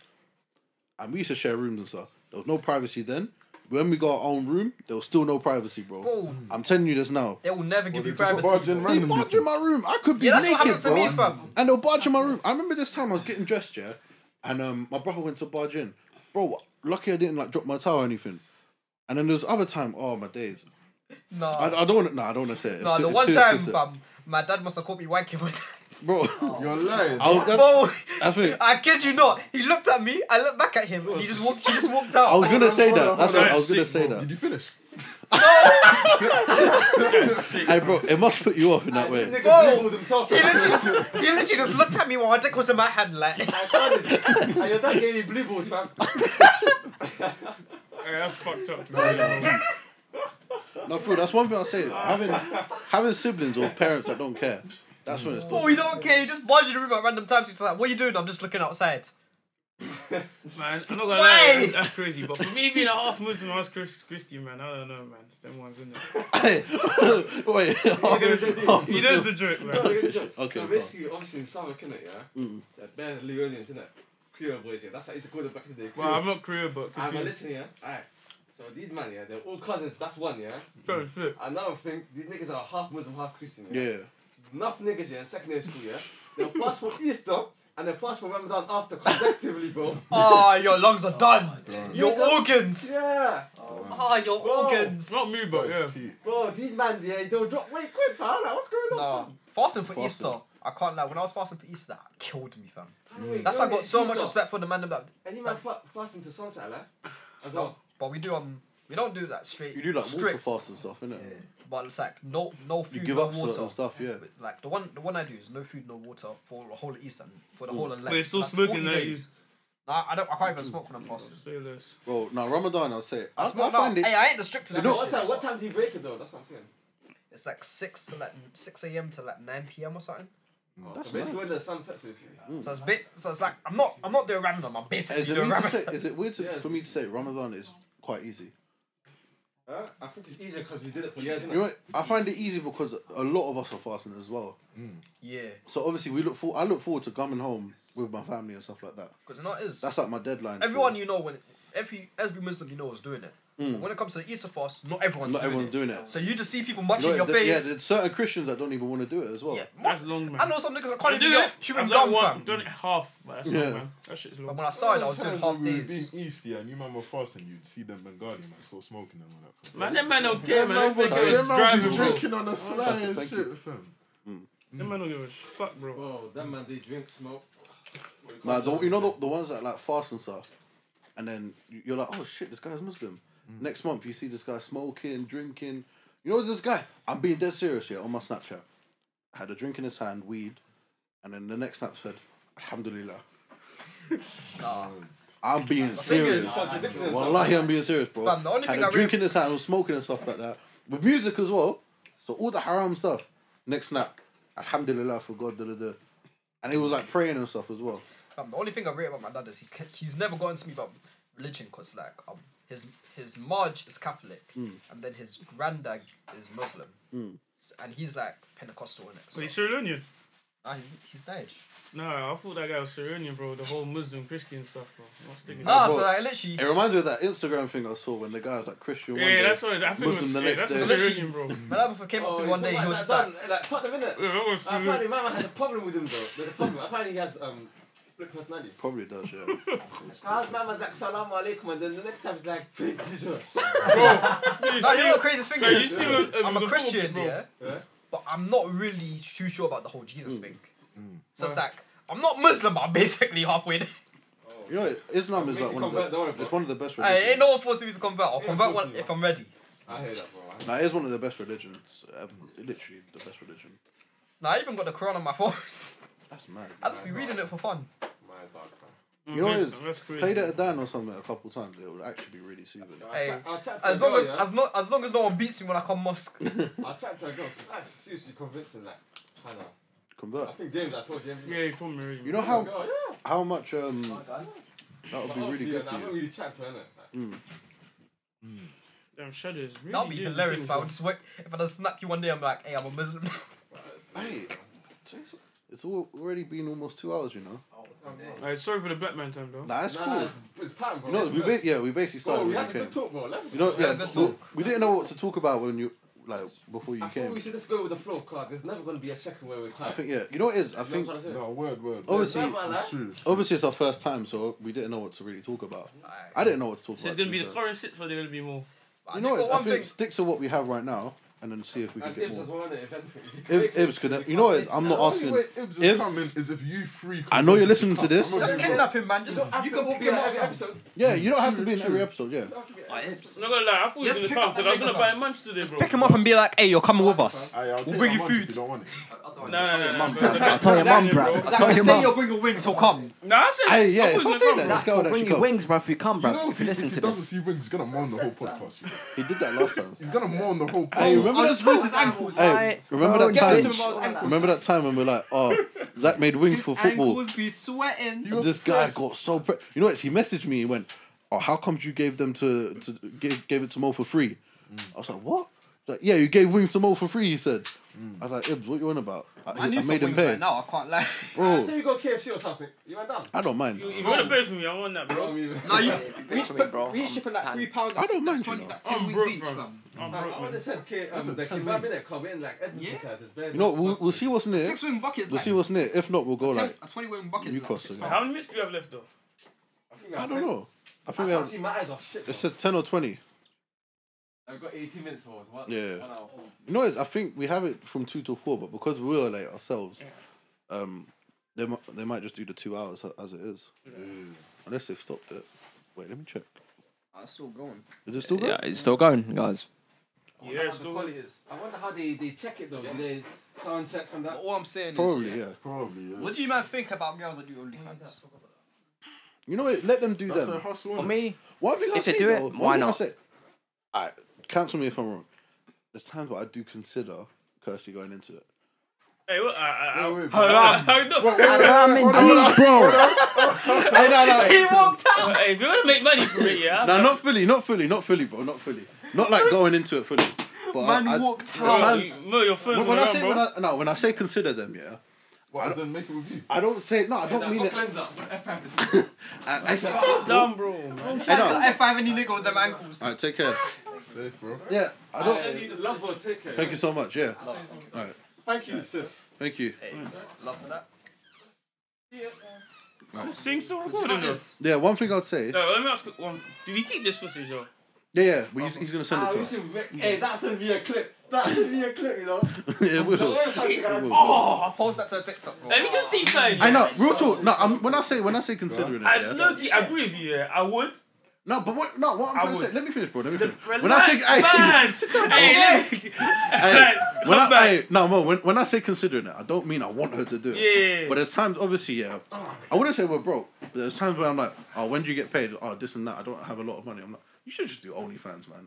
S3: And we used to share rooms and stuff. There was no privacy then. When we got our own room, there was still no privacy, bro.
S2: Bro,
S3: I'm telling you this now.
S2: they will never give
S6: they
S2: you
S6: just
S2: privacy.
S6: barge in
S2: bro.
S3: They
S6: Random
S3: barged
S6: people.
S3: in my room. I could be
S2: Yeah, that's what
S3: naked,
S2: happens to
S3: bro.
S2: me, fam.
S3: And they'll barge in my room. I remember this time I was getting dressed, yeah, and um, my brother went to barge in. Bro, lucky I didn't like drop my towel or anything. And then there was other time. Oh my days. I,
S2: Nah,
S3: I don't want to. No, I don't want to say it. It's
S2: nah.
S3: too-
S2: The
S3: it's
S2: one
S3: too
S2: time,
S3: explicit.
S2: fam, my dad must have caught me wanking one time.
S3: bro.
S6: You're lying.
S3: I was, that's,
S2: Oh. Bro,
S3: that's it.
S2: I kid you not. He looked at me. I looked back at him. And he just walked. He just walked
S3: I was
S2: out.
S3: gonna say that. That's what I
S8: That's
S3: was gonna
S8: sick,
S3: say
S8: bro.
S3: that.
S6: Did you finish?
S3: Hey, bro, it must put you off in that way.
S2: Whoa.
S7: Nigga himself.
S2: He literally, just, he literally just looked at me while my dick was in my hand, like.
S7: I found it. And your dad gave me blue balls, fam.
S8: Yeah, that's fucked up. To me.
S3: No, for real, that's one thing I'll say. Having having siblings or parents that don't care, that's when it's
S2: Oh,
S3: done.
S2: you don't care. You just barge in the room at random times. He's just like, "What are you doing?" I'm just looking outside.
S8: man, I'm not gonna
S2: Why?
S8: lie, that's crazy. But for me being a half Muslim, I was Chris, Christian, man. I don't know, man. It's them ones, isn't it?
S3: Hey, Wait. oh.
S2: Oh,
S8: You know it's a joke, man.
S3: Okay,
S7: Okay.
S3: go on.
S7: So basically, obviously, in South Africa, yeah,
S2: Mm.
S7: that band Leonians, innit? Creole boys, yeah. That's how I used to call them back in the day.
S8: Well, I'm not Korean, but
S7: I'm
S8: continue.
S7: listening, yeah. Alright. So these man, yeah, they're all cousins. That's one, yeah.
S8: Sorry, flip.
S7: Another thing, these niggas are half Muslim, half Christian. Yeah.
S3: Yeah.
S7: Enough niggas, yeah, in secondary school, yeah. They'll fast for Easter and they'll fast for Ramadan after consecutively, bro.
S2: Oh, your lungs are done. Your
S7: Yeah.
S2: organs.
S7: Yeah.
S6: Oh
S2: Ah, your organs.
S8: Not me, but yeah.
S7: Bro, these man, yeah, they don't drop weight quick, fam. Like, what's going on?
S2: Nah, fasting for
S3: Fasting.
S2: Eastern. Easter. I can't lie. When I was fasting for Easter, that killed me, fam.
S7: How do we-
S2: That's
S7: yo,
S2: why I got
S7: it's
S2: so much
S7: Easter.
S2: respect for the man that.
S7: Any man fa- fasting to sunset, like? As well.
S2: But we do um, we don't do that straight.
S3: You do like water
S2: strict,
S3: fast and stuff, innit?
S2: But it's like no, no food,
S3: You give
S2: no
S3: up
S2: water.
S3: certain stuff, yeah.
S2: But, Like the one, the one I do is no food, no water for the whole of Easter, for the whole of.
S8: But you're still smoking, like you.
S2: Nah, I don't. I can't even smoke when I'm fasting.
S8: Say this.
S3: Bro, now Ramadan, I'll say. I, I
S2: Smoke
S3: find
S2: now.
S3: it.
S2: Hey, I ain't the strictest.
S7: Like, what,
S2: Christian,
S7: time, what
S2: but
S7: time do you break it, though? That's what I'm saying.
S2: It's like six to like six a.m. to like nine p.m. or something.
S3: That's
S7: Oh, Basically,
S3: mad.
S7: when the sun sets, basically.
S3: Mm.
S2: So it's bit. So it's like I'm not. I'm not doing random. I'm basically
S3: Is it,
S2: doing
S3: weird to
S2: random.
S3: say, is it weird to,
S7: Yeah.
S3: for me to say Ramadan is quite easy?
S7: Huh? I think it's easier because we did it for years,
S3: You know,
S7: innit?
S3: what? I find it easy because a lot of us are fasting as well.
S2: Yeah,
S3: So obviously, we look for. I look forward to coming home with my family and stuff like that.
S2: because you know it is.
S3: That's like my deadline. for- Mm.
S2: Everyone you know when every every Muslim you know is doing it. But when it comes to the Easter fast, not everyone's
S3: Not
S2: doing
S3: everyone's
S2: it.
S3: doing it.
S2: So you just see people munching
S3: You know,
S2: your
S3: th- Yeah,
S2: face.
S3: there's certain Christians that don't even want to do it as well.
S2: Yeah,
S8: That's long, man.
S2: I know some niggas that can't
S8: I
S2: even
S8: do
S2: be
S8: it.
S2: off
S8: I've
S2: chewing
S8: done
S2: gum,
S8: one.
S2: fam.
S8: Done it half, but that's
S3: Yeah.
S8: long, man. That shit's
S2: But
S8: long.
S2: when I started, I was doing half
S6: we were
S2: days.
S6: Being East, yeah, and you man were fasting, you'd see them Bengali man still smoking them and that.
S8: Man, them man don't care, man. They
S6: man,
S8: think it's
S6: be
S8: driving, bro.
S6: drinking on the sly and
S3: thank
S6: shit, fam.
S8: Them man don't give a fuck, bro.
S7: Bro, Oh, that man, they drink, smoke.
S3: Nah, the, you know the, the ones that like fast and stuff, and then you- you're like, oh shit, this guy's Muslim.
S2: Mm.
S3: Next month you see this guy smoking, drinking. You know this guy? I'm being dead serious here on my Snapchat. Had a drink in his hand, weed, and then the next snap said, Alhamdulillah. Um, I'm being serious. Wallahi, I'm being serious, bro.
S2: Fam, the only
S3: Had
S2: thing
S3: a
S2: I
S3: drink in his hand, was smoking and stuff like that. With music as well. So all the haram stuff. Next snap, Alhamdulillah for God. Da, da, da. And he was like praying and stuff as well.
S2: Fam, the only thing I rate about my dad is he ca- he's never gotten to me about religion because like um his his Marge is Catholic
S3: Hmm.
S2: and then his granddad is Muslim S- and he's like Pentecostal in it. So.
S8: But he's Sri Lankan.
S2: Nah, he's he's Nige.
S8: Nah, I thought that guy was Sri Lankan, bro. The whole Muslim Christian stuff, bro. I'm not sticking.
S2: Nah,
S3: bro.
S2: so like literally.
S3: It reminds me of that Instagram thing I saw when the guy was like Christian. one
S8: Yeah,
S3: day,
S8: that's what I think.
S3: Muslim
S8: it was,
S3: the
S8: yeah,
S3: next
S8: that's a
S3: day.
S8: Sri Lankan, bro.
S2: My dad must have
S7: Oh,
S2: came up to me one day. He was just like,
S7: Like, fuck them, innit?
S8: Yeah, that was Sri
S7: I Apparently,
S8: Lankan.
S7: my man has a problem with him, though. There's a problem. Apparently, he has um, split personality.
S3: Probably does, yeah.
S7: How's my man's like, salaam alaikum, and then the next time he's like, thank you, Jesus.
S8: You
S2: No, you know
S8: see-
S2: the craziest thing
S8: Bro, you
S2: is,
S8: see what-
S2: I'm
S8: um,
S2: a
S8: the
S2: Christian,
S8: football,
S2: yeah,
S7: Yeah.
S2: but I'm not really too sure about the whole Jesus thing. So it's like I'm not Muslim, but I'm basically halfway there.
S3: you know, Islam is
S7: Make
S3: like
S7: you
S3: one of
S7: convert, don't worry
S3: the
S7: about
S3: it's one of the best
S2: Hey, ain't
S3: religions.
S2: no one forcing me to convert. I'll
S7: Yeah,
S2: convert
S7: of course
S2: one
S7: you
S2: if I'm ready.
S7: I hear that, bro. I hear
S3: Now, it is one of the best religions. Um, literally the best religion.
S5: Nah, I even got the Quran on my phone.
S3: That's mad.
S5: I just be reading it for fun.
S7: that. My dog, bro.
S3: You know what it is?
S8: That's crazy.
S3: Play that down or something a couple times. It would actually be really soothing.
S5: Hey,
S7: I tra- I trapped
S5: As
S7: a girl,
S5: long as
S7: yeah?
S5: as no as long as no one beats me when I come mosque.
S7: I trapped her girl. She's actually seriously convincing, like, Hannah.
S3: Convert.
S7: I think James, I told James.
S8: Yeah, you told me.
S3: You know
S7: Oh,
S3: how
S7: girl, yeah.
S3: how much um
S9: Okay.
S3: that would
S7: But
S3: be really
S7: obviously,
S3: good
S7: yeah,
S3: for
S7: I haven't
S3: you.
S7: really trapped her, innit? Like,
S8: Damn shadows. Really
S5: That'd be
S8: doing the
S5: hilarious
S8: thing.
S5: if I would just work if I just snap you one day. I'm like, hey, I'm a Muslim.
S3: Hey, it's- it's al- already been almost two hours. You know.
S8: Alright, sorry for the black man time though.
S3: Nah, that's
S7: nah,
S3: cool.
S7: nah, it's, it's pattern, bro.
S3: You know,
S7: It's
S3: we
S7: good.
S3: ba- yeah, we basically
S7: Bro,
S3: started
S7: we
S3: when
S7: had
S3: you
S7: a good
S3: came.
S7: talk, bro. Let me
S3: You know,
S7: talk.
S3: yeah,
S5: good
S3: we, we didn't know what to talk about when you like before you
S7: I think
S3: came.
S7: we should just go with the flow, cause there's never gonna be a second where we're
S3: I
S7: quiet.
S3: think yeah, you know what it is. I think
S7: what I'm trying to say?
S6: No, word, word.
S3: Obviously-
S6: word. it's true.
S3: obviously it's our first time, so we didn't know what to really talk about.
S5: Alright.
S3: I didn't know what to talk
S8: So
S3: about.
S8: it's
S3: to
S8: gonna be the
S3: fair.
S8: current six, or they're gonna be more.
S5: But
S3: You know what?
S5: I
S3: it
S5: did
S3: is?
S5: got
S3: I
S5: one thing.
S3: think stick to what we have right now, and then see if we can
S7: And
S3: get
S7: Dibs as
S3: more.
S7: well, innit, if anything.
S3: If, Ibs could, you know what? I'm not
S6: The only
S3: asking.
S6: way Ibs
S3: If-
S6: is coming is if you three.
S3: I know you're
S6: convince him
S3: listening to
S6: come.
S3: this.
S6: I'm not
S5: Just
S6: doing
S5: kidnap him, man. Just you can walk
S7: be
S5: him
S7: on every
S5: out. fam.
S7: episode.
S3: Yeah, you don't have to be in every episode. Yeah,
S8: I'm not gonna lie, I thought you
S5: Let's
S8: was gonna
S5: pick
S8: come
S5: up that
S8: because I was
S5: nigga,
S8: gonna buy
S5: fam.
S8: munch today, bro.
S1: Pick him up and be like, "Hey, you're coming with us."
S6: Aye, I'll take
S2: bring
S6: my
S2: you
S6: munch if
S2: food.
S6: You don't want it.
S8: No, no, no, no. bro.
S1: I tell your mum, bro. I tell
S2: Like,
S1: your
S2: say
S1: mum.
S2: you're bringing wings, he'll come.
S8: No, I said.
S3: Hey, yeah,
S8: I thought
S3: if
S8: you
S3: I
S8: was
S3: say
S8: gonna
S3: that,
S8: come, bro.
S3: let's go. That
S1: Bring
S3: should
S1: your
S3: go.
S1: wings, bro. If you come,
S6: You
S1: bro.
S6: know,
S1: If you listen
S6: he
S1: to
S6: doesn't
S1: this,
S6: see wings, he's gonna moan the whole podcast. you know.
S3: He did that last time.
S6: He's gonna moan the whole podcast.
S3: Hey, remember
S2: I'll
S3: that
S2: just lose his ankles.
S3: Hey, remember that
S2: Get
S3: time?
S2: into him about his ankles.
S3: Remember that time when we were like, oh, Zach made wings for football.
S2: ankles be sweating.
S6: You were
S3: This guy
S6: pissed.
S3: got so pre- you know what? He messaged me. He went, oh, how comes you gave them to to gave, gave it to Mo for free? I was like, what? He's Like, yeah, you gave wings to Mo for free. He said. I was like, Ibs, what you on about? I,
S2: I
S3: I
S2: need some
S3: made him
S2: wings
S3: pay,
S2: right now. I can't lie.
S7: Uh,
S3: bro.
S7: Say you go KFC or something. You went down.
S3: I don't mind.
S8: If you wanna pay for me, I want that,
S7: Bro, I
S3: Um,
S8: bro.
S7: mean,
S2: No, you.
S9: if you pay
S2: We
S9: for
S2: each,
S9: me,
S2: put-
S9: bro,
S2: we each
S9: I'm
S2: shipping like
S9: pan.
S2: three pounds.
S3: I
S2: That's,
S3: don't
S2: that's
S3: mind,
S2: 20,
S3: you know.
S2: That's 10
S8: I'm
S2: weeks
S8: broke,
S2: each,
S8: fam.
S2: fam.
S8: I'm
S7: I
S8: broke,
S7: would
S8: man.
S7: have said K,
S6: That's
S7: um,
S6: a
S7: the
S6: ten
S7: kebab in
S6: minutes.
S7: it, come in like Edmonton
S2: Yeah.
S7: side. it's bare
S3: You know,
S7: minutes.
S3: we'll, we'll see what's in it.
S2: Six wing buckets.
S3: We'll
S2: like,
S3: see what's in it. If not, we'll go
S2: ten-
S3: like.
S2: a 20 wing buckets. Like,
S3: Newcastle,
S2: six
S3: yeah.
S8: How
S2: pounds.
S8: many minutes do we have left though?
S7: I, think
S3: I
S7: I've
S3: don't
S7: had-
S3: know. I
S7: I
S3: think we
S7: can't
S3: have.
S7: see my eyes are shit.
S3: They
S7: though.
S3: said ten or twenty.
S7: I've got 18 minutes or what?
S3: Yeah.
S7: One hour, four.
S3: You know, it's, I think we have it from two to four, but because we were late ourselves, um, they mi- they might just do the two hours a- as it is, unless they've stopped it. Wait, let me check.
S2: That's still going.
S3: Is it still there?
S9: Yeah, it's still going, guys.
S7: I wonder
S8: Yeah,
S7: how the
S8: so-
S7: quality is. I wonder how they, they check it though. Do they sound checks and
S5: But
S7: that?
S5: all I'm saying
S3: Probably,
S5: is,
S3: yeah.
S6: Probably. Yeah.
S5: what do you man think about girls that do OnlyFans?
S3: You know what? Let them do
S6: That's
S3: them.
S6: their hustle.
S9: For
S6: innit?
S9: me,
S3: One thing I
S9: If they
S3: say
S9: do it,
S3: though, one
S9: why
S3: thing I
S9: not?
S3: say, all right, cancel me if I'm wrong. There's times where I do consider Kirsty going into it.
S8: Hey, what? I, I,
S6: Wait, wait,
S8: I, I,
S6: wait, wait,
S9: I'm in deep, bro.
S3: hey, no, no, no.
S8: Hey, if you wanna make money from it, yeah.
S3: no, not fully, not fully, not fully, bro, not fully, not like going into it fully. But
S2: Man
S3: I, I,
S2: walked
S3: there's
S8: Bro,
S3: times-
S8: you- Mo, your phone's
S3: When,
S8: on
S3: when I
S8: around,
S3: say
S8: bro.
S3: when I, no, when I say consider them, yeah,
S6: What, as in make it with you?
S3: I don't say no. I don't mean it. I, I,
S8: Sit down, bro. man.
S3: I know.
S5: If I have any nigga with them ankles,
S3: All right, take care.
S6: Safe, bro.
S3: Yeah, I
S7: Send
S3: don't.
S7: you the love or take care.
S3: Thank you so much. Yeah,
S7: Thank you, sis.
S3: thank you.
S5: love for that.
S8: This thing's so good, you know.
S3: Yeah, one thing I'd say.
S8: No, let me ask you one. Do we keep this footage, yo?
S3: Yeah, yeah, well, he's, he's gonna send
S7: Ah,
S3: it to
S7: we
S3: us.
S7: should make, hey, that should be a clip. That should be a clip, you know.
S3: yeah, it will.
S5: Oh, I'll post that to a TikTok. Bro.
S8: Let me just decide.
S3: I
S8: yeah.
S3: know. Real talk. No, I'm, when I say when I say considering it,
S8: I
S3: yeah.
S8: look, I agree with you. Yeah, I would.
S3: No, but what? No, what I'm
S8: I
S3: trying to
S8: would.
S3: say. Let me finish, bro. Let me
S8: The
S3: finish.
S8: relax,
S3: When I say, hey,
S8: man. hey, look.
S3: hey, when
S8: Come
S3: I,
S8: back.
S3: hey, no, Mo, when, when I say considering it, I don't mean I want her to do it.
S8: Yeah.
S3: But there's times, obviously, yeah. I wouldn't say we're broke, but there's times where I'm like, oh, when do you get paid? Oh, this and that. I don't have a lot of money. I'm like, you should just do OnlyFans, man.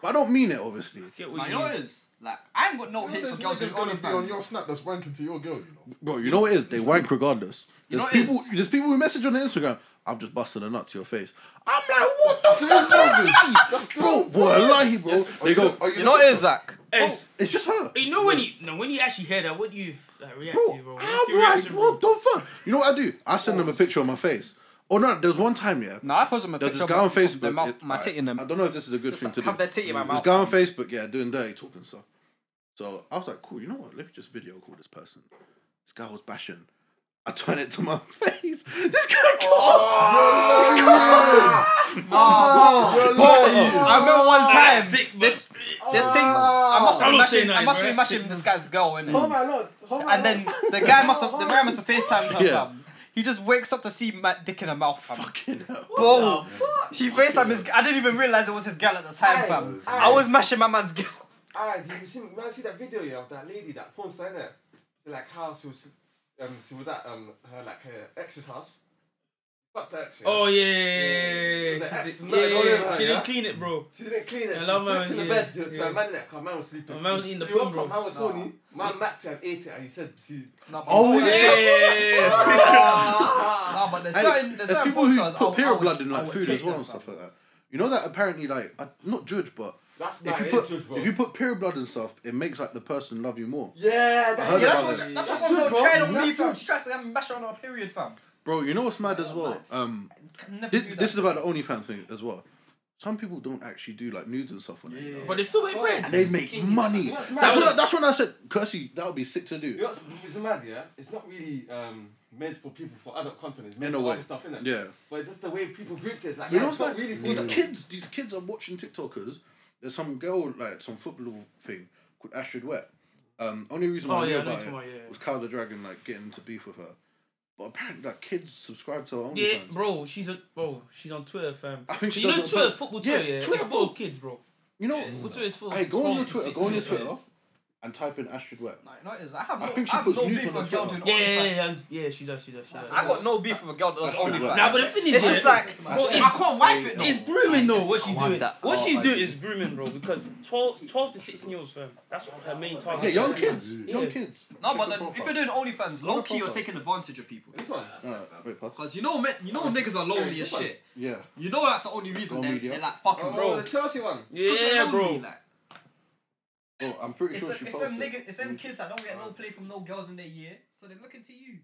S3: But I don't mean it, obviously.
S8: Get
S2: Like,
S8: what
S2: you
S8: you
S2: know
S8: mean.
S2: what it is? Like, I ain't got no
S6: You know
S2: hate for
S6: there's
S2: girls
S6: niggas
S2: who's
S6: gonna be on your
S2: OnlyFans.
S6: snap that's wanking to your girl, you know.
S3: Bro, you know what it is? They wank regardless.
S2: You
S3: There's
S2: know what it
S3: people.
S2: is?
S3: There's people who message on Instagram. I've just busted a nut to your face. I'm like, what the
S6: See,
S3: fuck,
S6: brothers,
S3: is
S6: that's
S3: that? bro?
S6: dope.
S3: Boy, lie, bro. They go.
S6: Are
S5: You know what it is, Zach?
S3: Oh,
S8: It's-
S3: it's just her.
S8: You know when you no when you actually hear that, what do you like, react
S3: Bro,
S8: to, bro? What's
S3: I'm
S8: your
S3: like,
S8: reaction, bro?
S3: what the fuck? You know what I do? I send them a picture of my face. Oh no, there's one time, yeah.
S2: No, I posted my
S3: There's
S2: picture.
S3: this guy on
S2: of my- of
S3: Facebook.
S2: My,
S3: it-
S2: my tit in
S3: I, I
S2: them.
S3: don't know if this is a good thing to do.
S5: Have their titty in my
S3: This
S5: mouth.
S3: guy on Facebook, yeah, doing dirty talk and stuff. So I was like, cool, you know what? Let me just video call this person. This guy was bashing. I turn it to my face. This guy got
S5: I remember one
S8: Ah,
S5: time
S8: sick, bro.
S5: this this thing. I must have
S8: I'm
S5: been
S8: not saying
S5: mashing, I
S8: that,
S5: must have
S8: bro.
S5: been mashing this guy's girl, innit?
S7: Oh my lord. Oh my
S5: And then the guy must have the guy must have FaceTimed her.
S3: Yeah.
S5: fam.
S2: He just wakes up to see Matt Dick in her mouth, fam.
S3: Fucking hell.
S2: Bro, she faced him. His, I didn't even realize it was his girl at the time,
S7: Aye,
S2: fam.
S7: aye.
S2: I was mashing my man's girl.
S7: Ah, did you see, man, see that video yeah, of that lady, that porn star there? Like how she was, um, she was at um her like her ex's house. Fucked her ex. yeah?
S8: Oh yeah, yeah, yeah,
S7: The
S8: yeah.
S7: ex-
S8: She did-
S7: no,
S8: yeah,
S7: no, no,
S8: yeah,
S7: no,
S8: yeah. She
S7: yeah.
S8: didn't clean it, bro.
S7: She didn't clean it.
S8: I
S7: She
S8: love her,
S7: slept in the
S8: yeah,
S7: bed to, to
S8: yeah.
S7: a man that her man was sleeping.
S8: My man was eating the
S7: He woke
S8: phone, bro.
S7: up, man was horny. Man Matt to have ate it and he said she.
S3: Oh,
S8: Yeah, yeah, yeah, yeah.
S5: Nah, but there's
S3: Hey,
S5: certain, there's
S3: there's
S5: certain
S3: people who
S5: porn stars I
S3: put
S5: would- I
S3: period
S5: would-
S3: blood in
S5: I
S3: like
S5: would
S3: food
S5: take
S3: as well
S5: them,
S3: and
S5: fam.
S3: stuff like that. You know that apparently like I, not judge, but
S7: That's not
S3: if you
S7: it,
S3: put
S7: Jude, bro.
S3: if you put period blood and stuff, it makes like the person love you more.
S7: Yeah,
S3: I
S7: that,
S3: heard
S5: Yeah,
S7: yeah,
S5: that's
S3: about
S5: what
S3: that.
S5: that's what's on the
S7: Bro,
S5: trend on me,
S7: nothing.
S5: fam. She tries to get mashed on our period, fam.
S3: Bro, you know what's mad as well? Um,
S5: Can never do
S3: this,
S5: that.
S3: this is about the OnlyFans thing as well. Some people don't actually do like nudes and stuff like that. you know?
S8: But they still make bread.
S3: And they make money. That's when, I, that's when I said, Kirsty, that would be sick to
S7: You
S3: do.
S7: know what's- it's mad, yeah. It's not really um meant for people for adult content. It's meant
S3: In a
S7: for
S3: way.
S7: other stuff, innit?
S3: Yeah.
S7: But just the way people grouped it, it's like
S3: You
S7: yeah,
S3: know
S7: it's
S3: what's
S7: not
S3: like?
S7: really for
S3: These
S7: them.
S3: kids, these kids are watching TikTokers. There's some girl, like some football thing called Astrid Wet. Um, only reason why
S8: Oh,
S3: I knew
S8: yeah, I know
S3: about it
S8: tomorrow, yeah.
S3: was Cow the Dragon like getting into beef with her. But apparently, like kids subscribe to her OnlyFans.
S8: Yeah, bro, she's on bro, she's on Twitter, fam.
S3: I think she
S8: you know
S3: does it on
S8: Twitter,
S3: purpose.
S8: football
S3: Yeah,
S8: Twitter, yeah.
S3: Twitter,
S8: it's full of kids, bro.
S3: You know,
S8: Football Twitter is full.
S3: hey,
S8: of
S3: go on your
S8: 12 to
S3: Twitter,
S8: 16
S3: go on your
S8: years.
S3: Twitter, and type in Astrid Wet.
S5: No, you know what it is. I have
S3: I
S5: no,
S3: think she
S5: I have
S3: puts
S5: no
S3: nudes
S5: beef
S3: on her
S5: with a girl
S3: Twitter.
S5: doing
S8: Yeah, yeah,
S5: OnlyFans.
S8: yeah, and- yeah, she does, she does, she does.
S5: I got no beef with a girl that does
S3: That's true,
S5: OnlyFans.
S3: right.
S8: Nah, but the thing is,
S5: it's
S8: yeah,
S5: just like,
S3: That's
S5: bro,
S3: true.
S5: I can't wife it.
S8: It's
S5: It's
S8: grooming though, what she's
S1: want
S8: doing.
S1: that.
S8: What
S3: Oh,
S8: she's
S3: I
S8: doing
S3: see.
S8: is grooming, bro, because 12, 12 to 16 years old, fam. That's what her main
S3: Yeah,
S8: target
S3: young
S8: is.
S3: kids, young
S8: Yeah.
S3: kids.
S5: no, but
S3: Check
S5: then
S3: the
S5: if
S3: profile.
S5: you're doing OnlyFans, low key you're
S3: profile.
S5: taking advantage of people.
S7: This one.
S3: Alright, wait, pause.
S5: Cause you know, men- you know, niggas are lonely as shit.
S3: Yeah.
S5: You know that's the only reason
S3: Go
S5: they're,
S3: media.
S5: they're like fucking
S7: Oh,
S8: Bro.
S7: the Chelsea one.
S5: It's 'cause they're
S8: Yeah,
S5: lonely,
S8: bro.
S5: like.
S3: Oh, I'm pretty
S5: It's,
S3: sure
S5: them-
S3: she
S5: it's them
S3: posted.
S5: nigga, it's them kids that don't get no play from no girls in their year, so they're looking to you.